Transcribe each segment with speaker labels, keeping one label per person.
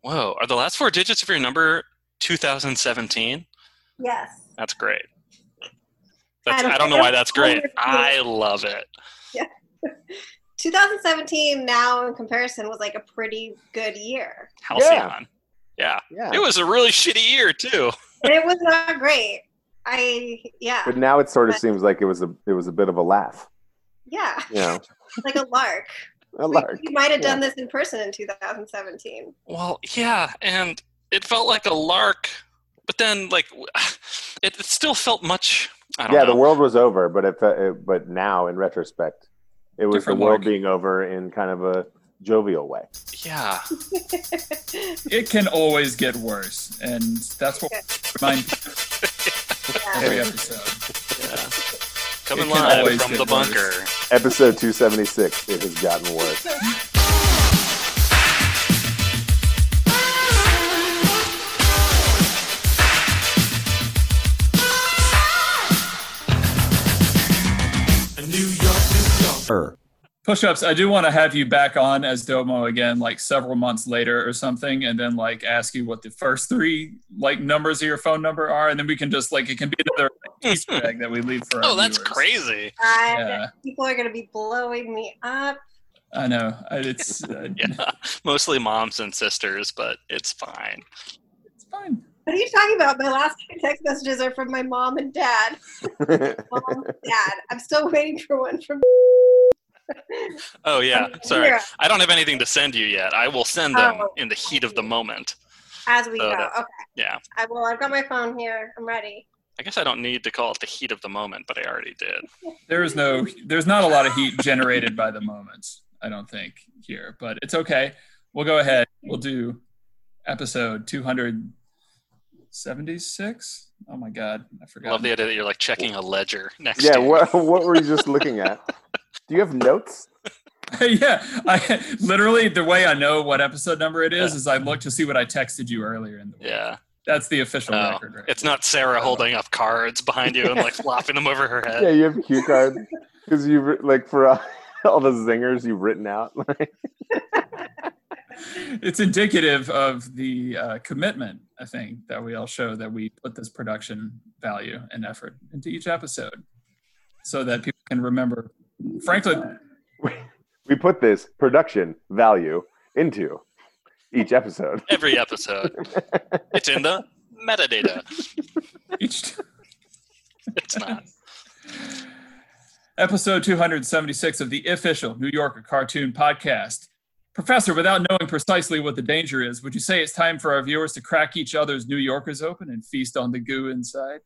Speaker 1: Whoa. Are the last four digits of your number 2017?
Speaker 2: Yes.
Speaker 1: That's great. That's, I,
Speaker 2: don't
Speaker 1: don't, know
Speaker 2: care.
Speaker 1: why that's great.
Speaker 2: I
Speaker 1: I love it.
Speaker 2: 2017 now in comparison was like a pretty good year.
Speaker 1: Halcyon. Yeah.
Speaker 3: Yeah.
Speaker 1: It was a really shitty year, too.
Speaker 2: And it was not great. I yeah.
Speaker 3: But now it sort of seems like it was a it was a bit of a laugh.
Speaker 2: Yeah.
Speaker 3: You know,
Speaker 2: Like a lark.
Speaker 3: a
Speaker 2: We-
Speaker 3: lark.
Speaker 2: We, might have done this in person in 2017.
Speaker 1: Well, yeah. And it felt like a lark, but then, like, it, it still felt much. I don't
Speaker 3: Yeah,
Speaker 1: know.
Speaker 3: the world was over, but it, fe- it but now in retrospect, it was
Speaker 1: Different
Speaker 3: the world
Speaker 1: lark.
Speaker 3: being over in kind of a jovial way.
Speaker 1: yeah.
Speaker 4: It can always get worse, and that's what we remind people
Speaker 2: Yeah.
Speaker 4: every episode.
Speaker 1: yeah. Coming
Speaker 4: can
Speaker 1: live
Speaker 4: always
Speaker 1: from
Speaker 4: get
Speaker 1: the
Speaker 4: worse.
Speaker 1: bunker.
Speaker 3: Episode two seventy six. It has gotten worse.
Speaker 4: Push-ups. I do want to have you back on as Domo again, like several months later or something, and then like ask you what the first three like numbers of your phone number are, and then we can just like it can be another Easter egg that we leave for. our
Speaker 1: Oh, that's
Speaker 4: viewers.
Speaker 1: crazy.
Speaker 2: I-
Speaker 4: Yeah,
Speaker 2: People are going to be blowing me up.
Speaker 4: I know. I- It's uh,
Speaker 1: Yeah. Mostly moms and sisters, but it's fine.
Speaker 4: it's fine.
Speaker 2: What are you talking about? My last two text messages are from my mom and dad. Mom, and dad. I'm still waiting for one from.
Speaker 1: Oh, yeah.
Speaker 2: from
Speaker 1: Sorry.
Speaker 2: Vera
Speaker 1: I don't have anything to send you yet. I will send them
Speaker 2: Oh.
Speaker 1: in the heat of the moment.
Speaker 2: As we
Speaker 1: Oh,
Speaker 2: go.
Speaker 1: that's-
Speaker 2: Okay.
Speaker 1: Yeah.
Speaker 2: I will. I've got my phone here. I'm ready.
Speaker 1: I guess I don't need to call it the heat of the moment, but I already did.
Speaker 4: There is no. There's not a lot of heat generated by the moment. I don't think here, but it's okay. We'll go ahead. We'll do episode 276. Oh my god, I forgot.
Speaker 1: Love the idea that you're like checking a ledger next
Speaker 3: yeah.
Speaker 1: to you.
Speaker 3: What what were you just looking at? Do you have notes?
Speaker 4: yeah, I literally the way I know what episode number it is is I look to see what I texted you earlier in the week.
Speaker 1: Yeah.
Speaker 4: That's the official
Speaker 1: Oh,
Speaker 4: record, right?
Speaker 1: It's not Sarah holding up cards behind you and like flopping them over her head.
Speaker 3: Yeah, you have cue cards because you have like for uh, all the zingers you've written out.
Speaker 4: it's indicative of the uh, commitment i think that we all show that we put this production value and effort into each episode so that people can remember franklin
Speaker 3: we put this production value into each episode.
Speaker 1: Every episode. It's in the metadata.
Speaker 4: each
Speaker 1: It's not.
Speaker 4: episode 276 of the official new yorker cartoon podcast professor without knowing precisely what the danger is would you say it's time for our viewers to crack each other's new yorkers open and feast on the goo inside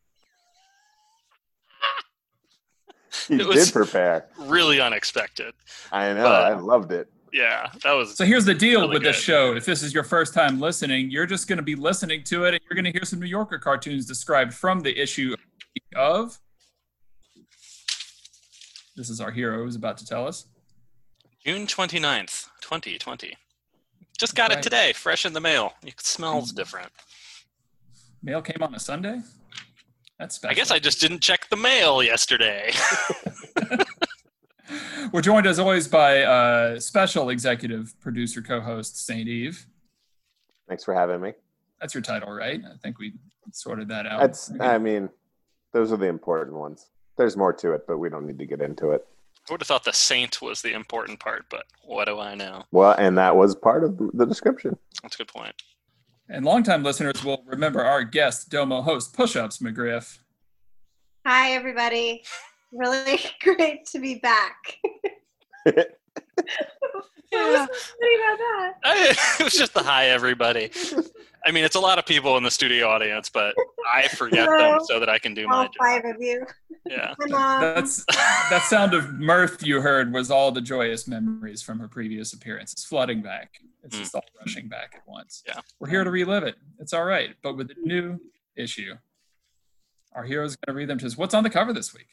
Speaker 3: You
Speaker 1: It was-
Speaker 3: did prepare.
Speaker 1: Really unexpected.
Speaker 3: I know.
Speaker 1: But-
Speaker 3: I loved it.
Speaker 1: Yeah. That was
Speaker 4: So here's the deal
Speaker 1: Really
Speaker 4: with this
Speaker 1: good.
Speaker 4: show. If this is your first time listening, you're just going to be listening to it and you're going to hear some New Yorker cartoons described from the issue of. This is our hero who's about to tell us.
Speaker 1: June 29th, 2020. Just got
Speaker 4: Right. Mm.
Speaker 1: it today, fresh in the mail. It smells different.
Speaker 4: Mail came on a Sunday? That's special.
Speaker 1: I guess I just didn't check the mail yesterday.
Speaker 4: We're joined as always by uh, special executive producer co host St. Eve.
Speaker 3: Thanks for having me.
Speaker 4: That's your title, right? I think we sorted that out.
Speaker 3: That's. um, I mean, those are the important ones. There's more to it, but we don't need to get into it.
Speaker 1: I would have thought the saint was the important part, but what do I know?
Speaker 3: Well, and that was part of the description.
Speaker 1: That's a good point.
Speaker 4: and longtime listeners will remember our guest, Domo host Push Ups McGriff.
Speaker 2: Hi, everybody. Really great to be back. What was so funny about that?
Speaker 1: it was just the hi, everybody. I mean, it's a lot of people in the studio audience, but I forget them so that I can do my
Speaker 2: All
Speaker 1: job.
Speaker 2: five of you.
Speaker 1: Yeah.
Speaker 2: Hi, mom.
Speaker 4: That's that sound of mirth you heard was all the joyous memories from her previous appearances flooding back. It's just all rushing back at once.
Speaker 1: Hmm. Yeah.
Speaker 4: We're here to relive it. It's all right. But with the new issue, our hero's going to read them to us. What's on the cover this week?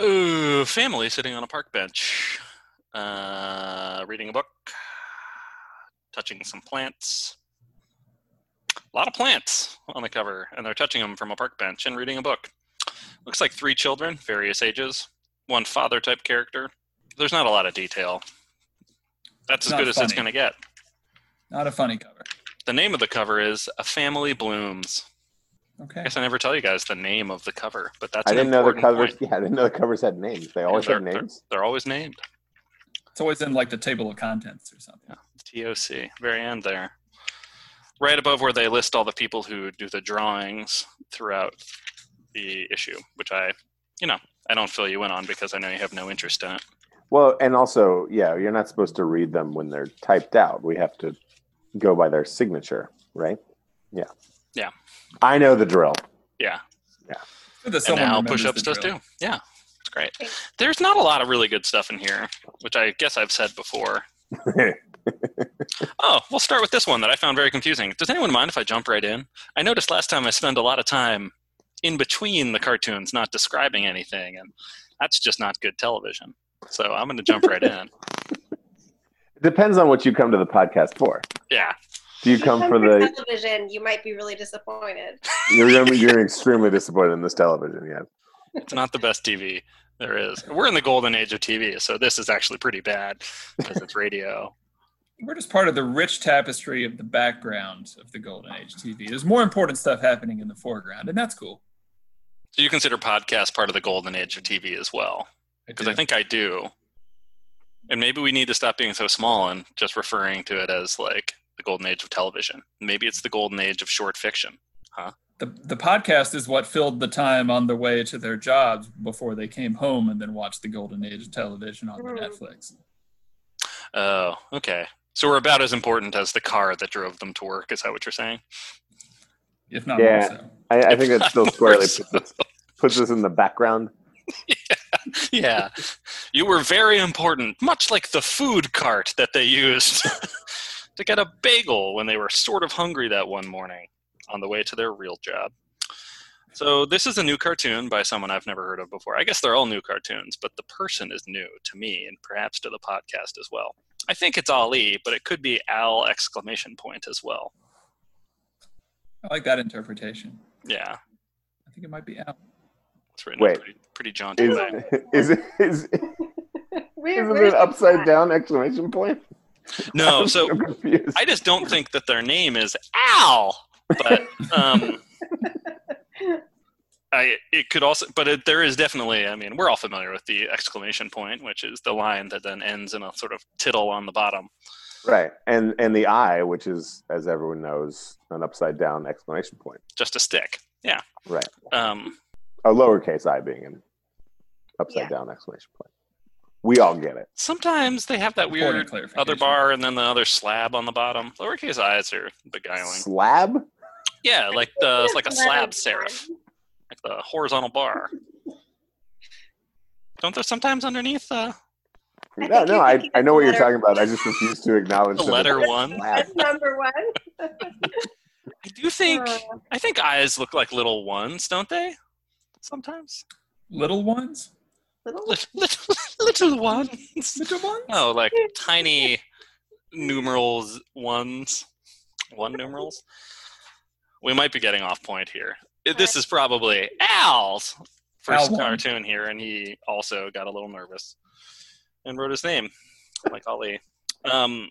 Speaker 1: Ooh, family sitting on a park bench, uh, reading a book, touching some plants. A lot of plants on the cover, and they're touching them from a park bench and reading a book. Looks like three children, various ages, one father type character. There's not a lot of detail. That's as
Speaker 4: Not
Speaker 1: good as it's
Speaker 4: funny.
Speaker 1: going to get.
Speaker 4: Not a funny cover.
Speaker 1: The name of the cover is A Family Blooms. I
Speaker 4: Okay.
Speaker 1: guess I never tell you guys the name of the cover, but that's
Speaker 3: I
Speaker 1: an
Speaker 3: didn't know the
Speaker 1: important
Speaker 3: covers.
Speaker 1: point.
Speaker 3: Yeah, I didn't know the covers had names. They always
Speaker 1: Yeah,
Speaker 3: had
Speaker 1: they're-
Speaker 3: names.
Speaker 1: They're always named.
Speaker 4: It's always in like the table of contents or something.
Speaker 1: TOC, very end there. Right above where they list all the people who do the drawings throughout the issue, which I, you know, I don't fill you in on because I know you have no interest in it.
Speaker 3: Well, and also, yeah, you're not supposed to read them when they're typed out. We have to go by their signature, right? Yeah.
Speaker 1: Yeah.
Speaker 3: I know the drill.
Speaker 1: Yeah.
Speaker 4: Good that
Speaker 1: And
Speaker 4: someone
Speaker 1: now
Speaker 4: remembers
Speaker 1: push ups
Speaker 4: the
Speaker 1: does
Speaker 4: drill.
Speaker 1: too. Yeah. It's great. There's not a lot of really good stuff in here, which I guess I've said before. oh, we'll start with this one that I found very confusing. Does anyone mind if I jump right in? I noticed last time I spent a lot of time in between the cartoons not describing anything, and that's just not good television. So I'm going to jump right in.
Speaker 3: Depends on what you come to the podcast for.
Speaker 1: Yeah.
Speaker 3: Do you come for the?
Speaker 2: television? You might be really disappointed.
Speaker 3: You're gonna be- you're extremely disappointed in this television. Yeah.
Speaker 1: It's not the best TV there is. We're in the golden age of TV, so this is actually pretty bad because it's radio.
Speaker 4: We're just part of the rich tapestry of the background of the Golden Age TV. There's more important stuff happening in the foreground, and that's cool.
Speaker 1: Do you consider podcasts part of the golden age of TV as well? Because I
Speaker 4: do.
Speaker 1: think I do. And maybe we need to stop being so small and just referring to it as like the golden age of television. Maybe it's the golden age of short fiction.
Speaker 4: the, the podcast is what filled the time on the way to their jobs before they came home and then watched the Golden Age of television on their
Speaker 2: Mm.
Speaker 4: Netflix.
Speaker 1: Oh, okay. So we're about as important as the car that drove them to work, is that what you're saying?
Speaker 4: If not
Speaker 3: Yeah.
Speaker 4: more so.
Speaker 3: I, I think that still
Speaker 1: Of
Speaker 3: squarely
Speaker 1: course.
Speaker 3: puts us, puts us in the background.
Speaker 1: yeah. You were very important, much like the food cart that they used to get a bagel when they were sort of hungry that one morning on the way to their real job. So, this is a new cartoon by someone I've never heard of before. I guess they're all new cartoons, but the person is new to me and perhaps to the podcast as well. I think it's Ali, but it could be Al exclamation point as well.
Speaker 4: I like that interpretation.
Speaker 1: Yeah.
Speaker 4: I think it might be out.
Speaker 1: It's written in a
Speaker 3: Wait.
Speaker 1: pretty, pretty jaunty
Speaker 3: Is
Speaker 1: way.
Speaker 3: is it is, is
Speaker 2: Where,
Speaker 3: it
Speaker 2: where's
Speaker 3: an
Speaker 2: the
Speaker 3: upside
Speaker 2: plot?
Speaker 3: down exclamation point?
Speaker 1: No,
Speaker 3: I'm
Speaker 1: so
Speaker 3: confused.
Speaker 1: I just don't think that their name is Al, but um, I it could also, but it, there is definitely. I mean, we're all familiar with the exclamation point, which is the line that then ends in a sort of tittle on the bottom.
Speaker 3: Right, and and the I, which is as everyone knows, an upside down exclamation point.
Speaker 1: Just a stick. Yeah.
Speaker 3: Right,
Speaker 1: Um,
Speaker 3: a lowercase I being an upside
Speaker 2: Yeah.
Speaker 3: down exclamation point. We all get it.
Speaker 1: sometimes they have that
Speaker 4: Important
Speaker 1: weird
Speaker 4: clarification.
Speaker 1: other bar and then the other slab on the bottom. Lowercase i's are beguiling.
Speaker 3: Slab.
Speaker 1: Yeah, like the Uh, it's like a slab
Speaker 2: Letter
Speaker 1: serif,
Speaker 2: one.
Speaker 1: like the horizontal bar. Don't there sometimes underneath uh,
Speaker 2: I
Speaker 3: No,
Speaker 2: think
Speaker 3: no,
Speaker 2: you're
Speaker 3: I,
Speaker 2: thinking
Speaker 3: I
Speaker 2: of
Speaker 3: know what you're
Speaker 2: letter-
Speaker 3: talking about. I just refuse to acknowledge
Speaker 1: the
Speaker 3: that
Speaker 1: letter
Speaker 3: it's
Speaker 1: one?
Speaker 3: slab.
Speaker 2: That's number one.
Speaker 1: I do think
Speaker 2: Uh,
Speaker 1: I think eyes look like little ones, don't they? Sometimes
Speaker 4: Little ones?
Speaker 2: little
Speaker 1: little little, little ones.
Speaker 4: Little ones?
Speaker 1: No, like tiny numerals ones, one numerals. We might be getting off point here. I- This is probably Al's first
Speaker 4: Al one.
Speaker 1: cartoon here, and he also got a little nervous and wrote his name, like Ali. Um,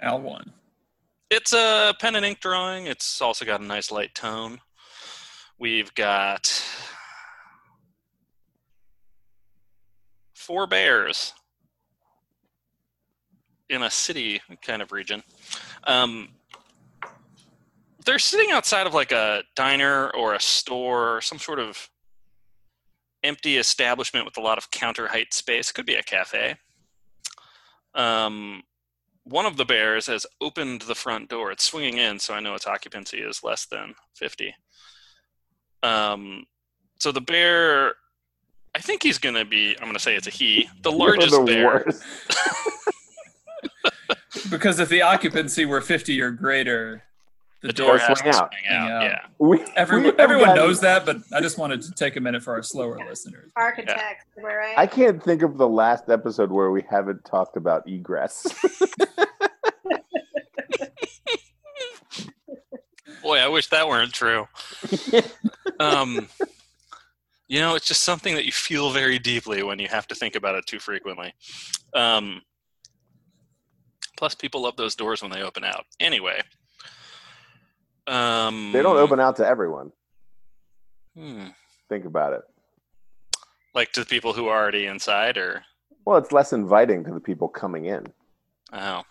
Speaker 4: Al one.
Speaker 1: It's a pen and ink drawing. It's also got a nice light tone. We've got four bears in a city kind of region. Um, they're sitting outside of like a diner or a store, some sort of empty establishment with a lot of counter height space. Could be a cafe. Um, one of the bears has opened the front door. It's swinging in, so I know its occupancy is less than 50. Um, so the bear, I think he's going to be, I'm going to say it's a he, the
Speaker 3: You're
Speaker 1: largest
Speaker 3: the
Speaker 1: bear.
Speaker 3: worst.
Speaker 4: Because if the occupancy were 50 or greater, the,
Speaker 1: The door
Speaker 4: door.
Speaker 3: swing
Speaker 1: has to
Speaker 3: out.
Speaker 1: swing out.
Speaker 4: Yeah.
Speaker 1: Yeah.
Speaker 3: We, we
Speaker 4: Everyone,
Speaker 3: have
Speaker 4: everyone
Speaker 3: gotten-
Speaker 4: knows that, but I just wanted to take a minute for our slower listeners.
Speaker 2: architect. Am I right?
Speaker 3: I can't think of the last episode where we haven't talked about egress.
Speaker 1: Boy, I wish that weren't true. um, you know, it's just something that you feel very deeply when you have to think about it too frequently. Um, plus, people love those doors when they open out. Anyway, Um,
Speaker 3: They don't open out to everyone.
Speaker 1: hmm.
Speaker 3: Think about it.
Speaker 1: Like to the people who are already inside, or
Speaker 3: Well, it's less inviting to the people coming in
Speaker 1: oh,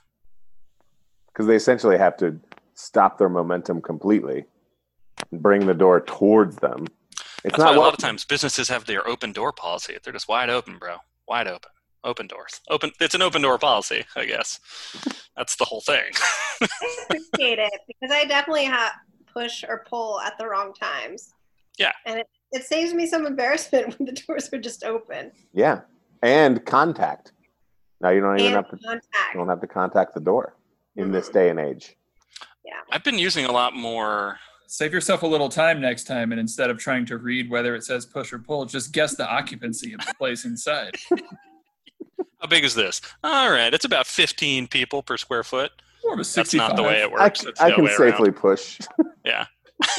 Speaker 3: because they essentially have to stop their momentum completely and bring the door towards them.
Speaker 1: that's
Speaker 3: It's
Speaker 1: why
Speaker 3: not
Speaker 1: a lot
Speaker 3: wel-
Speaker 1: of times businesses have their open door policy. They're just wide open, bro. Wide open. Open doors. Open. It's an open door policy, I guess. That's the whole thing.
Speaker 2: appreciate it because I definitely ha- push or pull at the wrong times.
Speaker 1: Yeah.
Speaker 2: And it, it saves me some embarrassment when the doors are just open.
Speaker 3: Yeah, and contact. Now you don't even
Speaker 2: And
Speaker 3: have to.
Speaker 2: contact.
Speaker 3: You don't have to contact the door in this day and age.
Speaker 1: I've been using a lot more.
Speaker 4: Save yourself a little time next time, and instead of trying to read whether it says push or pull, just guess the occupancy of the place inside.
Speaker 1: How big is this? All right, it's about 15 people per square foot.
Speaker 4: More of a
Speaker 1: That's
Speaker 4: 65.
Speaker 1: not the way it
Speaker 3: I,
Speaker 1: works.
Speaker 3: c-
Speaker 1: That's
Speaker 3: I
Speaker 1: the
Speaker 3: can
Speaker 1: way around.
Speaker 3: safely push.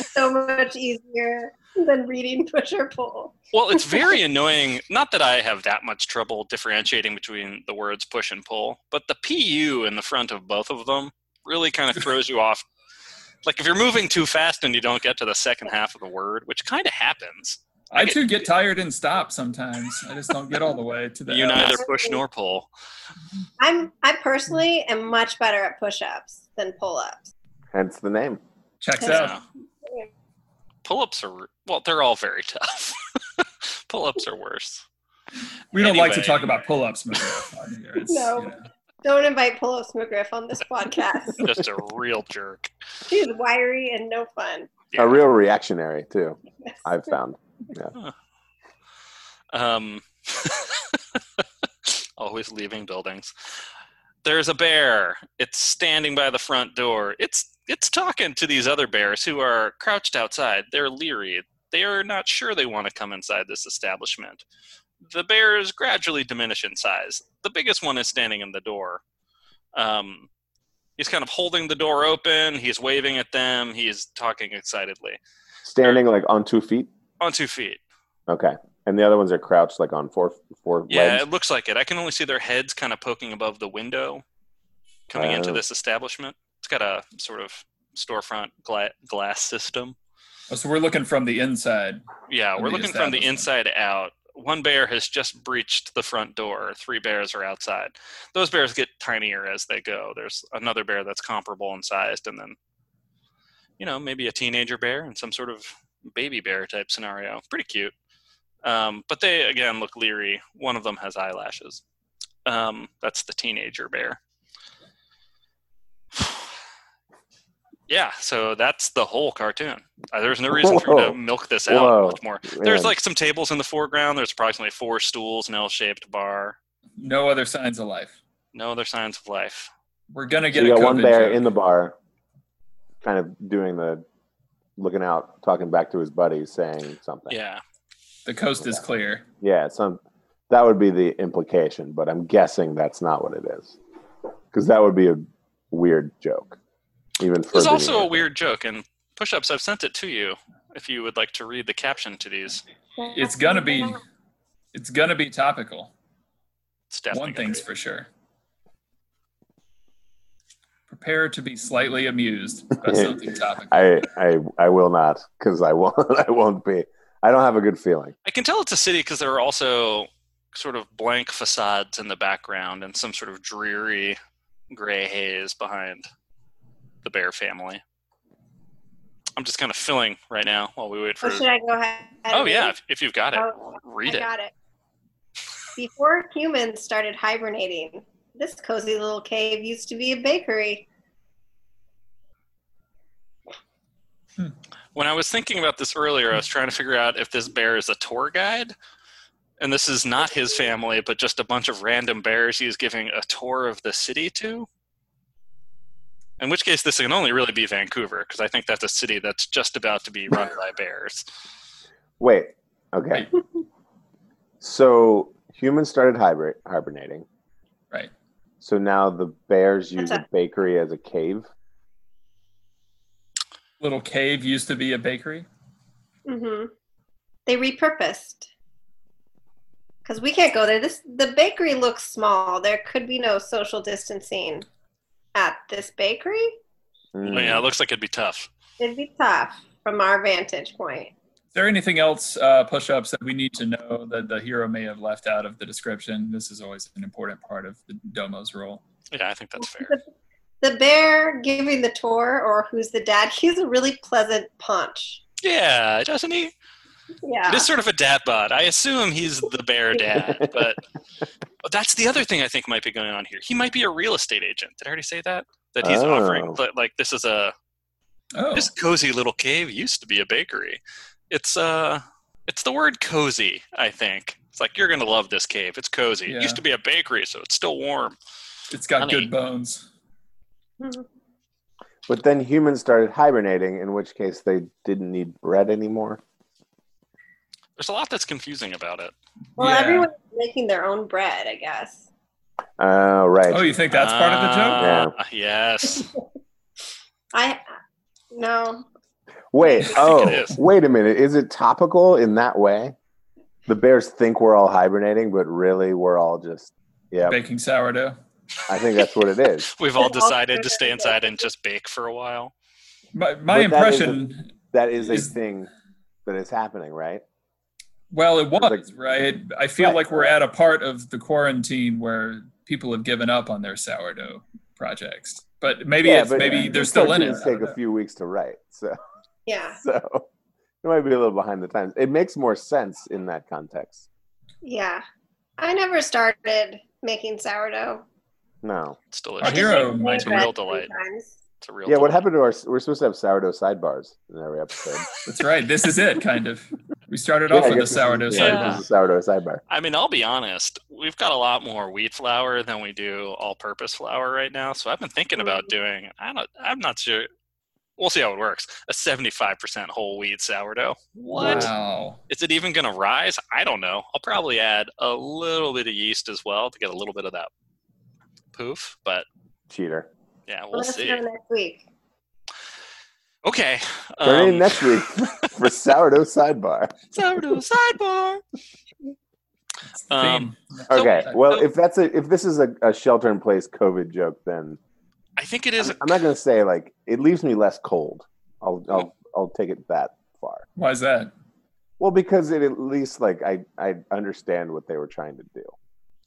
Speaker 2: so much easier than reading push or pull.
Speaker 1: Well, it's very annoying. Not that I have that much trouble differentiating between the words push and pull, but the PU in the front of both of them really kind of throws you off. Like if you're moving too fast and you don't get to the second half of the word, which kind of happens,
Speaker 4: I too get tired and stop sometimes. I just don't get all the way to the
Speaker 1: you neither
Speaker 2: Absolutely.
Speaker 1: push nor pull.
Speaker 2: I'm I personally am much better at push ups than pull ups.
Speaker 3: Hence the name.
Speaker 4: Checks
Speaker 2: Yeah.
Speaker 4: out.
Speaker 1: So, pull ups are, well, they're all very tough. pull ups are worse.
Speaker 4: We don't like to
Speaker 1: Anyway.
Speaker 4: talk about pull-ups. Maria, on here. It's,
Speaker 2: No.
Speaker 4: you know.
Speaker 2: Don't invite pull ups McGriff on this podcast.
Speaker 1: Just a real jerk.
Speaker 2: She's wiry and no fun.
Speaker 1: Yeah.
Speaker 3: A real reactionary too. I've found.
Speaker 1: Um, always leaving buildings. There's a bear. It's standing by the front door. It's it's talking to these other bears who are crouched outside. They're leery. They are not sure they want to come inside this establishment. The bears gradually diminish in size. The biggest one is standing in the door. Um, he's kind of holding the door open. He's waving at them. He's talking excitedly
Speaker 3: Standing like on two feet.
Speaker 1: on two feet.
Speaker 3: Okay, and the other ones are crouched like on four four
Speaker 1: Yeah, um,
Speaker 3: legs.
Speaker 1: it looks like it. I can only see their heads kind of poking above the window coming into
Speaker 3: Oh.
Speaker 1: this establishment. It's got a sort of storefront gla- glass system.
Speaker 4: Oh, so we're looking from the inside.
Speaker 1: Yeah,
Speaker 4: Of
Speaker 1: we're
Speaker 4: the
Speaker 1: looking from the
Speaker 4: establishment.
Speaker 1: inside out. One bear has just breached the front door. Three bears are outside. Those bears get tinier as they go. There's another bear that's comparable in size, and then, you know, maybe a teenager bear and some sort of baby bear type scenario. Pretty cute. Um, but they, again, look leery. One of them has eyelashes. Um, that's the teenager bear. yeah, so that's the whole cartoon. Uh, there's no reason for me
Speaker 3: Whoa.
Speaker 1: to milk this out
Speaker 3: Whoa.
Speaker 1: much more.
Speaker 3: Man.
Speaker 1: There's like some tables in the foreground. There's approximately four stools, an L-shaped bar.
Speaker 4: No other signs of life.
Speaker 1: No other signs of life.
Speaker 4: We're gonna
Speaker 3: So
Speaker 4: get
Speaker 3: you
Speaker 4: a
Speaker 3: got
Speaker 4: COVID
Speaker 3: one bear
Speaker 4: joke.
Speaker 3: in the bar, kind of doing the looking out, talking back to his buddies, saying something.
Speaker 1: Yeah,
Speaker 4: The coast is clear.
Speaker 3: Yeah, some that would be the implication, but I'm guessing that's not what it is. Because that would be a weird joke. Even
Speaker 1: there's
Speaker 3: further
Speaker 1: also a
Speaker 3: than-
Speaker 1: weird joke in push-ups. I've sent it to you if you would like to read the caption to these.
Speaker 4: It's gonna be.
Speaker 2: Oh,
Speaker 4: It's gonna be topical.
Speaker 1: It's definitely
Speaker 4: one
Speaker 1: gonna
Speaker 4: thing's
Speaker 1: be-
Speaker 4: for sure. Prepare to be slightly amused by something topical.
Speaker 3: I I I will not because I won't I won't be. I don't have a good feeling.
Speaker 1: I can tell it's a city because there are also sort of blank facades in the background and some sort of dreary gray haze behind the bear family. I'm just kind of filling right now while we wait for.
Speaker 2: Oh, should I go ahead? and
Speaker 1: Oh
Speaker 2: read?
Speaker 1: yeah, if, if you've got it,
Speaker 2: Oh,
Speaker 1: read
Speaker 2: I
Speaker 1: it.
Speaker 2: got it. Before humans started hibernating, this cozy little cave used to be a bakery.
Speaker 1: When I was thinking about this earlier, I was trying to figure out if this bear is a tour guide, and this is not his family, but just a bunch of random bears he's giving a tour of the city to. In which case, this can only really be Vancouver, because I think that's a city that's just about to be run by bears.
Speaker 3: Wait. Okay. so humans started hibernate, hibernating.
Speaker 4: Right.
Speaker 3: So now the bears
Speaker 2: That's
Speaker 3: use
Speaker 2: a-
Speaker 3: a bakery as a cave.
Speaker 4: Little cave used to be a bakery.
Speaker 2: hmm They repurposed. Because we can't go there. This the bakery looks small. There could be no social distancing at this bakery.
Speaker 1: Well,
Speaker 3: Mm.
Speaker 1: yeah, it looks like it'd be tough.
Speaker 2: It'd be tough from our vantage point.
Speaker 4: Is there anything else, uh, push ups, that we need to know that the hero may have left out of the description? This is always an important part of the Domo's role.
Speaker 1: Yeah, I think that's fair.
Speaker 2: The bear giving the tour, or who's the dad, he's a really pleasant punch.
Speaker 1: Yeah, doesn't he?
Speaker 2: Yeah.
Speaker 1: It is sort of a dad bod. I assume he's the bear dad, but, but that's the other thing I think might be going on here. He might be a real estate agent. Did I already say that? That he's offering,
Speaker 3: Oh.
Speaker 1: but like this is a
Speaker 4: Oh,
Speaker 1: this cozy little cave used to be a bakery. It's uh, it's the word cozy. I think it's like you're gonna love this cave. It's cozy.
Speaker 4: Yeah.
Speaker 1: It used to be a bakery, so it's still warm.
Speaker 4: it's got
Speaker 1: Funny.
Speaker 4: good bones.
Speaker 2: Mm-hmm.
Speaker 3: But then humans started hibernating, in which case they didn't need bread anymore.
Speaker 1: There's a lot that's confusing about it.
Speaker 2: Well,
Speaker 4: Yeah.
Speaker 2: everyone's making their own bread, I guess.
Speaker 3: Oh, right.
Speaker 4: Oh, you think that's part of the joke?
Speaker 3: Ah,
Speaker 1: joke. Ah, Yes.
Speaker 2: I no.
Speaker 3: Wait. Oh,
Speaker 1: it is.
Speaker 3: wait a minute. Is it topical in that way? The bears think we're all hibernating, but really we're all just. Yeah,
Speaker 4: Baking sourdough.
Speaker 3: I think that's what it is.
Speaker 1: We've all decided to stay inside and just bake for a while.
Speaker 4: My, my
Speaker 3: But that is a-
Speaker 4: impression,
Speaker 3: That is a
Speaker 4: Is-
Speaker 3: thing that is happening, right?
Speaker 4: well, it was,
Speaker 3: like-
Speaker 4: right? I feel
Speaker 3: Right.
Speaker 4: like we're at a part of the quarantine where people have given up on their sourdough projects. But maybe it's, maybe
Speaker 3: uh,
Speaker 4: they're still in it.
Speaker 3: cartoons
Speaker 4: I don't
Speaker 3: Take a
Speaker 4: know.
Speaker 3: few weeks to write, so
Speaker 2: Yeah.
Speaker 3: so it might be a little behind the times. It makes more sense in that context.
Speaker 2: Yeah. I never started making sourdough.
Speaker 3: No.
Speaker 1: It's delicious.
Speaker 4: Our hero might
Speaker 1: It's a
Speaker 4: be-
Speaker 1: real delight.
Speaker 2: Sometimes.
Speaker 1: It's a real
Speaker 3: yeah, what
Speaker 1: delight.
Speaker 3: happened to our? We're supposed to have sourdough sidebars in every episode.
Speaker 4: That's right. This is it, kind of. We started
Speaker 3: Yeah,
Speaker 4: off
Speaker 3: I guess
Speaker 4: with the
Speaker 3: this is-
Speaker 4: sourdough
Speaker 3: yeah,
Speaker 1: sidebar.
Speaker 3: this is a sourdough sidebar.
Speaker 1: I mean, I'll be honest. We've got a lot more wheat flour than we do all-purpose flour right now. So I've been thinking about doing. I don't. I'm not sure. We'll see how it works. A 75% whole wheat sourdough. What? Is
Speaker 4: Wow.
Speaker 1: it even going to rise? I don't know. I'll probably add a little bit of yeast as well to get a little bit of that poof. But
Speaker 3: Cheater.
Speaker 1: yeah,
Speaker 2: Well,
Speaker 1: we'll
Speaker 2: Let us
Speaker 1: see.
Speaker 2: know next week.
Speaker 1: Okay.
Speaker 3: Tune in
Speaker 1: um,
Speaker 3: next week for sourdough sidebar.
Speaker 1: sourdough sidebar.
Speaker 4: It's the
Speaker 1: Um,
Speaker 4: theme.
Speaker 1: So-
Speaker 3: Okay. well,
Speaker 1: so-
Speaker 3: if that's a if this is a, a shelter in place COVID joke, then
Speaker 1: I think it
Speaker 3: I'm,
Speaker 1: is.
Speaker 3: I'm not going to say like it leaves me less cold. I'll I'll I'll take it that far.
Speaker 4: Why is that?
Speaker 3: Well, because it at least like I I understand what they were trying to do.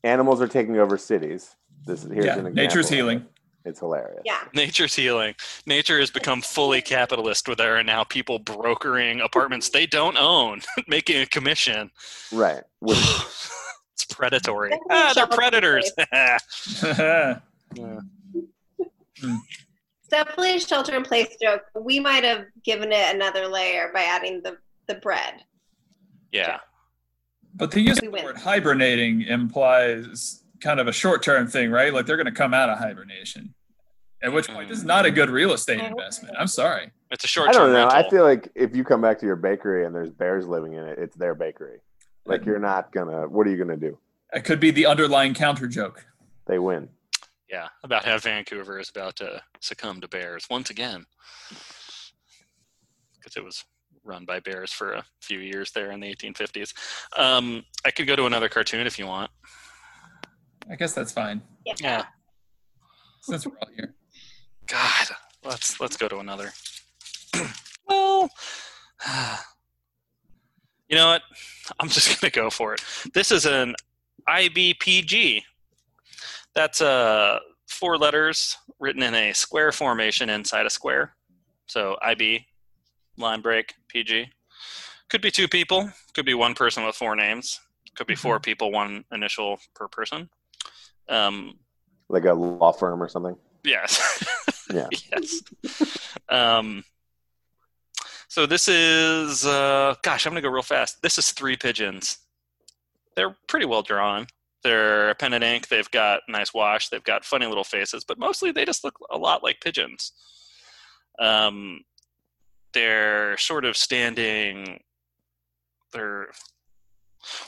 Speaker 3: Animals are taking over cities. This is here's
Speaker 4: yeah,
Speaker 3: an example.
Speaker 4: nature's
Speaker 3: of it.
Speaker 4: healing.
Speaker 3: It's hilarious.
Speaker 2: Yeah.
Speaker 1: Nature's healing. Nature has become fully capitalist, where there are now people brokering apartments they don't own, making a commission.
Speaker 3: Right. Which
Speaker 1: it's predatory.
Speaker 2: Definitely
Speaker 1: Ah, they're
Speaker 2: shelter
Speaker 1: predators.
Speaker 2: in
Speaker 4: yeah,
Speaker 2: It's definitely a shelter in place joke. We might have given it another layer by adding the, the bread.
Speaker 1: yeah.
Speaker 4: but the use
Speaker 2: We
Speaker 4: of the
Speaker 2: win.
Speaker 4: word hibernating implies kind of a short-term thing, right? Like they're going to come out of hibernation. At which point, this is not a good real estate
Speaker 2: Mm-hmm.
Speaker 4: investment. I'm sorry.
Speaker 1: It's a
Speaker 3: I
Speaker 1: short
Speaker 3: don't
Speaker 1: term
Speaker 3: know.
Speaker 1: rental.
Speaker 3: I feel like if you come back to your bakery and there's bears living in it, it's their bakery. Like you're not gonna. What are you gonna do?
Speaker 4: It could be the underlying counter joke.
Speaker 3: They win.
Speaker 1: yeah, about how Vancouver is about to succumb to bears once again. Because it was run by bears for a few years there in the 1850s. Um, I could go to another cartoon if you want.
Speaker 4: I guess that's fine
Speaker 2: Yeah.
Speaker 1: Yeah.
Speaker 4: since we're all here.
Speaker 1: God, let's let's go to another. well, you know what? I'm just gonna go for it. This is an IBPG. That's uh four letters written in a square formation inside a square. So IB, line break, PG. Could be two people. Could be one person with four names. Could be four people, one initial per person. Um,
Speaker 3: Like a law firm or something.
Speaker 1: Yes.
Speaker 3: Yeah.
Speaker 1: yes. Um, so this is, uh, gosh, I'm going to go real fast. This is three pigeons. They're pretty well drawn. They're pen and ink. They've got nice wash. They've got funny little faces, but mostly they just look a lot like pigeons. Um, they're sort of standing. They're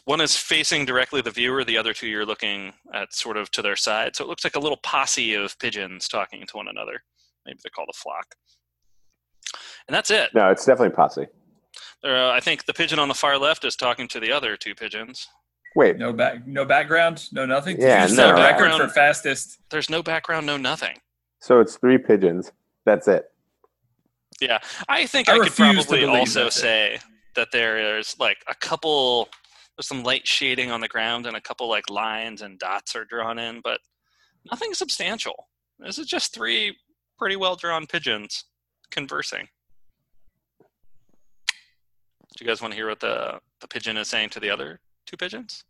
Speaker 1: one is facing directly the viewer, the other two you're looking at sort of to their side. So it looks like a little posse of pigeons talking to one another. Maybe they're called a flock. And that's it.
Speaker 3: No, it's definitely posse.
Speaker 1: Uh, I think the pigeon on the far left is talking to the other two pigeons.
Speaker 3: Wait,
Speaker 4: No back, no background, no nothing.
Speaker 3: Yeah,
Speaker 4: Did you set
Speaker 1: no
Speaker 4: a record
Speaker 1: background.
Speaker 4: for fastest.
Speaker 1: There's no background, no nothing.
Speaker 3: so it's three pigeons That's it.
Speaker 1: Yeah, I think
Speaker 4: I
Speaker 1: I, could
Speaker 4: refuse to
Speaker 1: probably
Speaker 4: believe
Speaker 1: also
Speaker 4: that's it.
Speaker 1: say that there is like a couple, there's some light shading on the ground and a couple like lines and dots are drawn in, but nothing substantial. This is just three pretty well drawn pigeons conversing. Do you guys want to hear what the, the pigeon is saying to the other two pigeons?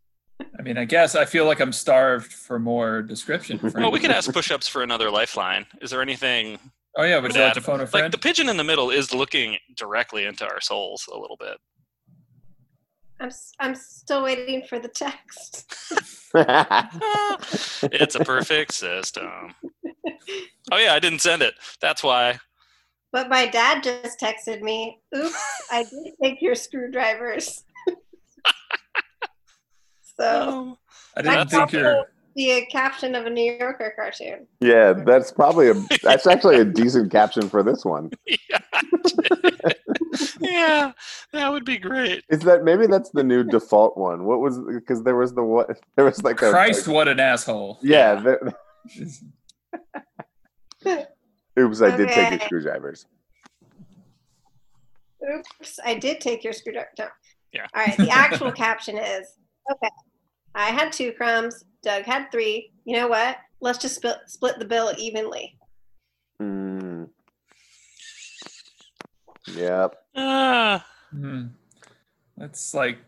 Speaker 4: I mean, I guess I feel like I'm starved for more description.
Speaker 1: Well, we
Speaker 4: frankly.
Speaker 1: could ask push ups for another lifeline. Is there anything
Speaker 4: Oh yeah, would you like to phone a
Speaker 1: like
Speaker 4: friend?
Speaker 1: the pigeon in the middle is looking directly into our souls a little bit?
Speaker 2: I'm, s- I'm still waiting for the text.
Speaker 1: Ah, it's a perfect system. Oh yeah, I didn't send it. That's why.
Speaker 2: But my dad just texted me, oops, I did take your screwdrivers. so,
Speaker 1: Oh,
Speaker 4: I didn't
Speaker 1: that's
Speaker 4: think you're.
Speaker 2: the caption of a New Yorker cartoon.
Speaker 3: yeah, that's probably a that's actually a decent caption for this one.
Speaker 1: yeah. yeah, that would be great.
Speaker 3: Is that maybe that's the new default one? What was because there was the one there was like a
Speaker 4: Christ, what an asshole!
Speaker 3: yeah. the- oops, I did take your
Speaker 2: Okay.
Speaker 3: screwdrivers.
Speaker 2: Oops, I did take your screwdriver. No.
Speaker 1: Yeah.
Speaker 2: All right. The actual caption is okay. I had two crumbs. Doug had three. You know what? Let's just split, split the bill evenly.
Speaker 3: Mm. Yep,
Speaker 1: Ah,
Speaker 4: Hmm. That's like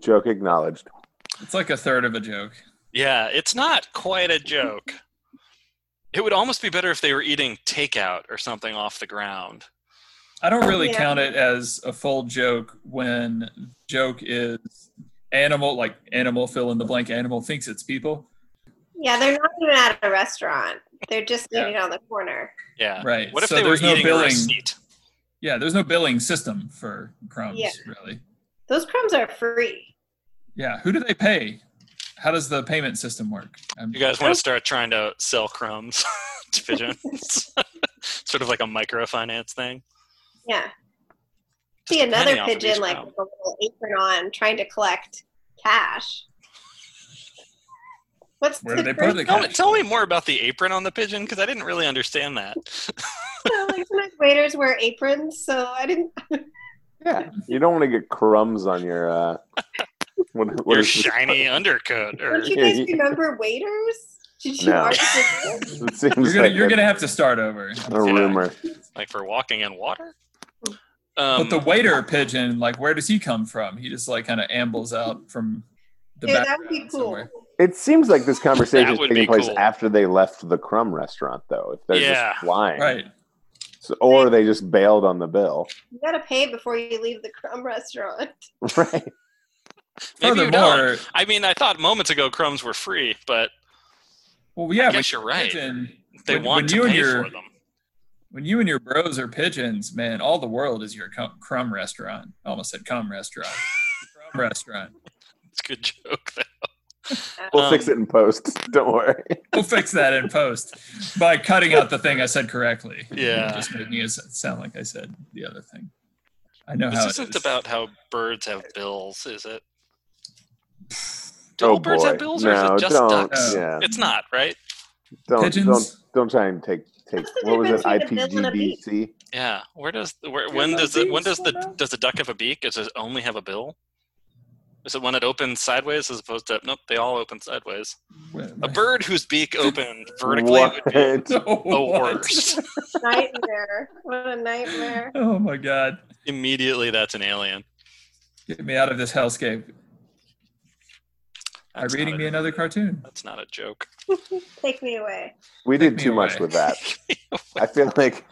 Speaker 3: joke acknowledged.
Speaker 4: it's like a third of a joke.
Speaker 1: yeah, it's not quite a joke. It would almost be better if they were eating takeout or something off the ground.
Speaker 4: I don't really
Speaker 2: Yeah.
Speaker 4: count it as a full joke when joke is animal like animal fill in the blank animal thinks it's people.
Speaker 2: Yeah, they're not even at a restaurant. They're just
Speaker 4: Yeah.
Speaker 2: eating on the corner.
Speaker 1: Yeah.
Speaker 4: Right.
Speaker 1: What if
Speaker 4: so
Speaker 1: they were
Speaker 4: there's no
Speaker 1: eating a
Speaker 4: billing.
Speaker 1: receipt?
Speaker 4: Yeah, there's no billing system for crumbs
Speaker 2: Yeah.
Speaker 4: really.
Speaker 2: Those crumbs are free.
Speaker 4: Yeah, who do they pay? How does the payment system work? Um, I'm,
Speaker 1: You guys want to start trying to sell crumbs to pigeons? sort of like a microfinance thing.
Speaker 2: Yeah.
Speaker 1: Just
Speaker 2: See
Speaker 1: a penny
Speaker 2: another
Speaker 1: off of
Speaker 2: pigeon
Speaker 1: each
Speaker 2: like
Speaker 1: crumb.
Speaker 2: with a little apron on trying to collect cash. What's
Speaker 4: Where
Speaker 2: the
Speaker 4: do they put the
Speaker 1: Tell
Speaker 2: crumbs?
Speaker 1: me,
Speaker 4: cash?
Speaker 1: tell me more about the apron on the pigeon because I didn't really understand that.
Speaker 2: like, sometimes waiters wear aprons, so I didn't
Speaker 3: Yeah, you don't want to get crumbs on your uh, what, what
Speaker 1: Your
Speaker 3: is this?
Speaker 1: shiny undercoat. Or,
Speaker 2: Don't you
Speaker 3: Yeah,
Speaker 2: guys
Speaker 3: you-
Speaker 2: remember waiters? Did you
Speaker 3: No.
Speaker 2: already do this?
Speaker 3: It seems
Speaker 4: you're gonna
Speaker 3: like
Speaker 4: you're
Speaker 3: a-
Speaker 4: gonna have to start over.
Speaker 3: a
Speaker 1: Yeah.
Speaker 3: rumor.
Speaker 1: like for walking in water?
Speaker 4: But
Speaker 1: Um,
Speaker 4: the waiter pigeon, like, where does he come from? He just like kind of ambles out from the
Speaker 2: Dude,
Speaker 4: back.
Speaker 2: that would be cool.
Speaker 4: somewhere.
Speaker 3: It seems like this conversation is
Speaker 1: would
Speaker 3: taking
Speaker 1: be
Speaker 3: place
Speaker 1: cool.
Speaker 3: after they left the crumb restaurant, though. If they're
Speaker 1: Yeah.
Speaker 3: just flying,
Speaker 4: Right.
Speaker 3: So- or they just bailed on the bill,
Speaker 2: You gotta pay before you leave the crumb restaurant.
Speaker 3: right?
Speaker 1: maybe you don't.
Speaker 4: Furthermore,
Speaker 1: I mean, I thought moments ago crumbs were free, but
Speaker 4: well, yeah,
Speaker 1: I guess
Speaker 4: when
Speaker 1: you're right.
Speaker 4: pigeon-
Speaker 1: they
Speaker 4: when-
Speaker 1: want
Speaker 4: when
Speaker 1: to
Speaker 4: you and
Speaker 1: pay
Speaker 4: your-
Speaker 1: for them.
Speaker 4: when you and your bros are pigeons, man, all the world is your cum, crumb restaurant. I almost said cum restaurant. crumb restaurant.
Speaker 1: It's a good joke.
Speaker 3: We'll
Speaker 1: Um,
Speaker 3: fix it in post. Don't worry.
Speaker 4: We'll fix that in post by cutting out the thing I said correctly.
Speaker 1: Yeah.
Speaker 4: Just making it sound like I said the other thing. I know how
Speaker 1: This
Speaker 4: it
Speaker 1: isn't
Speaker 4: is.
Speaker 1: about how birds have bills, is it? Do
Speaker 3: oh
Speaker 1: all birds
Speaker 3: boy!
Speaker 1: have bills, or
Speaker 3: no,
Speaker 1: is it just
Speaker 3: don't.
Speaker 1: ducks?
Speaker 4: No.
Speaker 3: Yeah,
Speaker 1: It's not, right?
Speaker 3: don't,
Speaker 4: Pigeons.
Speaker 3: don't don't try and take take.
Speaker 2: What's the
Speaker 3: What was it?
Speaker 2: difference between a bill and a beak?
Speaker 3: IPGBC.
Speaker 1: Yeah. Where does where,
Speaker 4: Yeah,
Speaker 1: when
Speaker 4: no
Speaker 1: does it when
Speaker 4: beaks,
Speaker 1: does the
Speaker 4: no, no.
Speaker 1: does the duck have a beak? Does it only have a bill? Is it one that opens sideways as opposed to nope? They all open sideways. A bird whose beak opened vertically
Speaker 3: What?
Speaker 1: would be the
Speaker 4: Oh,
Speaker 1: worst.
Speaker 2: Nightmare. what a nightmare.
Speaker 4: oh my god.
Speaker 1: Immediately, that's an alien.
Speaker 4: Get me out of this hellscape. By
Speaker 1: That's not
Speaker 4: reading
Speaker 1: a-
Speaker 4: me another cartoon.
Speaker 1: That's not a joke.
Speaker 2: Take me away.
Speaker 3: We
Speaker 4: Take
Speaker 3: did
Speaker 4: me
Speaker 3: too much
Speaker 4: away.
Speaker 3: with that. I feel like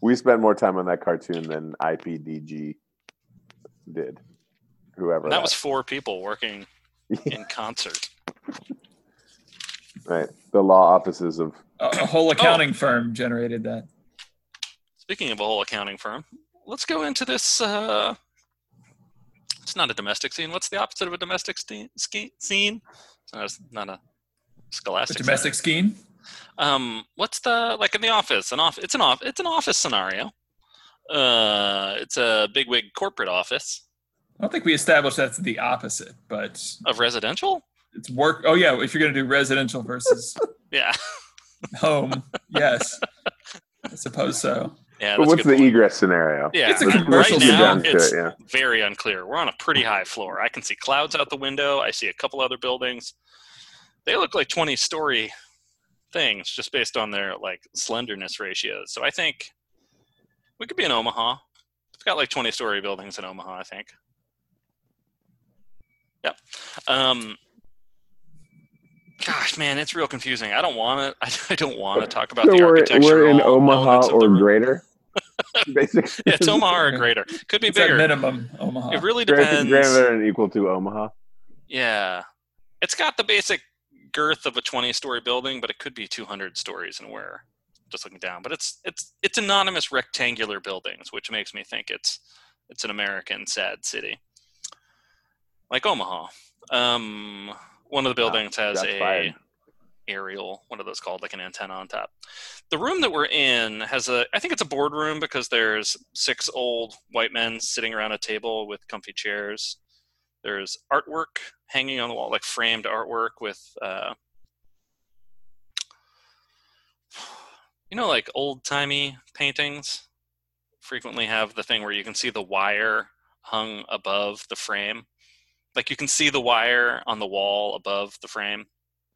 Speaker 3: we spent more time on that cartoon than IPDG did. Whoever
Speaker 1: And that was four people working in concert.
Speaker 3: right. The law offices of
Speaker 4: A, a whole
Speaker 1: Oh.
Speaker 4: accounting firm generated that.
Speaker 1: Speaking of a whole accounting firm, let's go into this. Uh, it's not a domestic scene. What's the opposite of a domestic ste- ske- scene? It's not a, not a
Speaker 4: A
Speaker 1: scholastic.
Speaker 4: domestic scheme.
Speaker 1: um what's the like in the office an off it's an off it's an office scenario uh it's a big wig corporate office
Speaker 4: I don't think we established that's the opposite, but
Speaker 1: of residential
Speaker 4: it's work. Oh yeah, if you're gonna do residential versus
Speaker 1: yeah
Speaker 4: home, yes. I suppose so.
Speaker 1: Yeah, that's
Speaker 3: but
Speaker 1: a
Speaker 3: what's
Speaker 1: good
Speaker 3: the
Speaker 1: point.
Speaker 3: egress scenario?
Speaker 1: Yeah,
Speaker 4: It's a
Speaker 1: right
Speaker 4: commercial
Speaker 1: now,
Speaker 4: sit down
Speaker 3: to
Speaker 1: it's
Speaker 3: it, yeah.
Speaker 1: very unclear. We're on a pretty high floor. I can see clouds out the window. I see a couple other buildings. They look like 20 story things just based on their like slenderness ratios. So I think we could be in Omaha. It's got like 20 story buildings in Omaha, I think. Yep. Um, gosh, man, it's real confusing. I don't want to. I, I don't want to talk about
Speaker 3: So
Speaker 1: the
Speaker 3: we're,
Speaker 1: architecture.
Speaker 3: we're in Omaha or greater, basically.
Speaker 1: Yeah, it's Omaha or greater. Could be
Speaker 4: It's at
Speaker 1: bigger.
Speaker 4: minimum Omaha.
Speaker 1: It really
Speaker 3: Greater,
Speaker 1: depends.
Speaker 3: greater than equal to Omaha.
Speaker 1: Yeah. It's got the basic girth of a 20 story building, but it could be 200 stories and where just looking down. But it's it's it's anonymous rectangular buildings, which makes me think it's it's an American sad city. Like Omaha. Um one of the buildings has
Speaker 3: shots
Speaker 1: a
Speaker 3: fired.
Speaker 1: aerial, what are those called? Like an antenna on top. The room that we're in has a, I think it's a boardroom because there's six old white men sitting around a table with comfy chairs. There's artwork hanging on the wall, like framed artwork with, uh, you know, like old timey paintings frequently have the thing where you can see the wire hung above the frame. Like you can see the wire on the wall above the frame.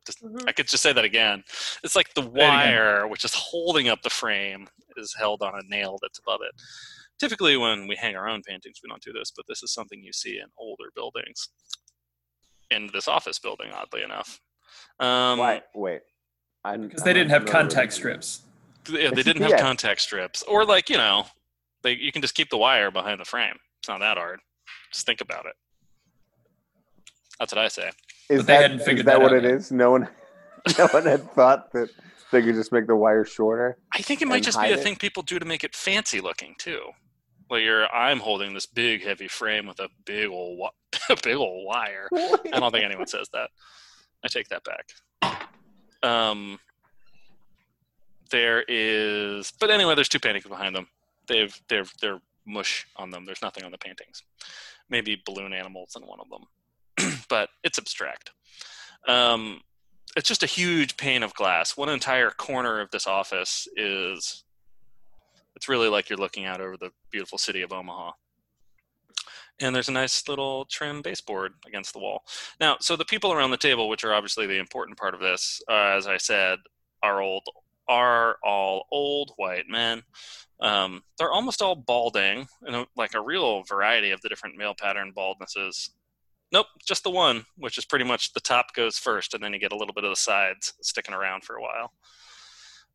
Speaker 2: Mm-hmm.
Speaker 1: I could just say that again. It's like the
Speaker 4: again.
Speaker 1: wire, which is holding up the frame, is held on a nail that's above it. Typically, when we hang our own paintings, we don't do this, but this is something you see in older buildings. In this office building, oddly enough. Um,
Speaker 3: Why? Wait. I'm-
Speaker 4: because
Speaker 3: I'm
Speaker 4: they
Speaker 3: not
Speaker 4: didn't have
Speaker 3: familiar with
Speaker 4: contact
Speaker 3: it.
Speaker 4: strips.
Speaker 1: Yeah, they
Speaker 3: It's-
Speaker 1: didn't have
Speaker 3: yeah.
Speaker 1: contact strips, or like you know, they you can just keep the wire behind the frame. It's not that hard. Just think about it. That's what I say.
Speaker 3: Is
Speaker 4: But they
Speaker 3: that-
Speaker 4: hadn't
Speaker 3: is
Speaker 4: figured
Speaker 3: that
Speaker 4: that
Speaker 3: what
Speaker 4: out
Speaker 3: it
Speaker 4: yet.
Speaker 3: is? No one, no one had thought that they could just make the wire shorter.
Speaker 1: I think it might
Speaker 3: and
Speaker 1: just be
Speaker 3: hide
Speaker 1: a
Speaker 3: it?
Speaker 1: thing people do to make it fancy looking too. Like you're, I'm holding this big heavy frame with a big old, wi- a big old wire. I don't think anyone says that. I take that back. Um, there is, but anyway, there's two paintings behind them. They've they're they're mush on them. There's nothing on the paintings. Maybe balloon animals in one of them, but it's abstract. Um, it's just a huge pane of glass. One entire corner of this office is. It's really like you're looking out over the beautiful city of Omaha. And there's a nice little trim baseboard against the wall. Now, so the people around the table, which are obviously the important part of this, uh, as I said, are old, are all old white men. Um, they're almost all balding, and a- like a real variety of the different male pattern baldnesses. Nope, just the one, which is pretty much the top goes first, and then you get a little bit of the sides sticking around for a while.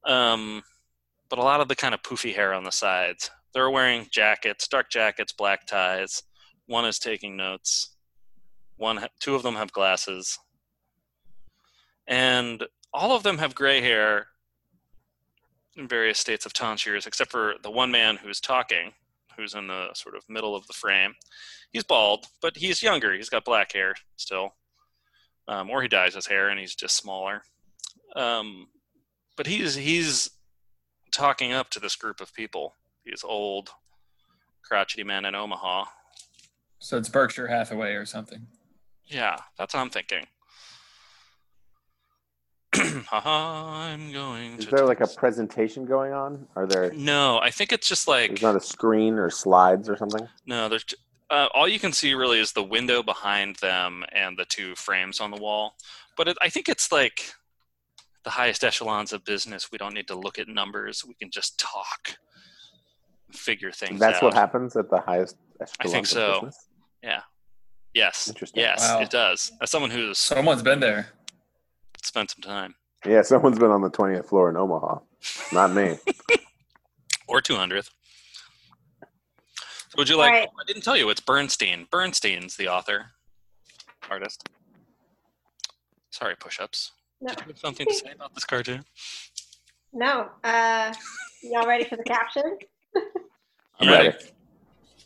Speaker 1: Um, but a lot of the kind of poofy hair on the sides. They're wearing jackets, dark jackets, black ties. One is taking notes one ha- two of them have glasses and all of them have gray hair in various states of tonsures except for the one man who's talking who's in the sort of middle of the frame he's bald but he's younger he's got black hair still um, or he dyes his hair and he's just smaller um, but he's he's talking up to this group of people these old crotchety men in omaha
Speaker 4: So it's Berkshire Hathaway or something.
Speaker 1: Yeah, that's what I'm thinking. I'm going
Speaker 3: Is
Speaker 1: to.
Speaker 3: there like a presentation going on? Are there?
Speaker 1: No, I think it's just like
Speaker 3: There's not a screen or slides or something.
Speaker 1: no. There's j- uh, all you can see really is the window behind them and the two frames on the wall. But it, I think it's like the highest echelons of business. We don't need to look at numbers. We can just talk, figure things.
Speaker 3: That's
Speaker 1: out.
Speaker 3: what happens at the highest. echelons of
Speaker 1: so.
Speaker 3: business?
Speaker 1: Yes.
Speaker 3: Interesting.
Speaker 1: Yes,
Speaker 4: Wow.
Speaker 1: it does. As someone who's
Speaker 4: Someone's been there.
Speaker 1: spent some time
Speaker 3: Yeah, someone's been on the 20th floor in Omaha. Not me.
Speaker 1: or 200th. So would you
Speaker 2: All
Speaker 1: like?
Speaker 2: right.
Speaker 1: I didn't tell you it's Bernstein. Bernstein's the author, artist. Sorry, push-ups.
Speaker 2: No.
Speaker 1: Did you have something to say about this cartoon?
Speaker 2: No. Uh, y'all ready for the caption?
Speaker 3: I'm
Speaker 1: Yeah.
Speaker 3: ready.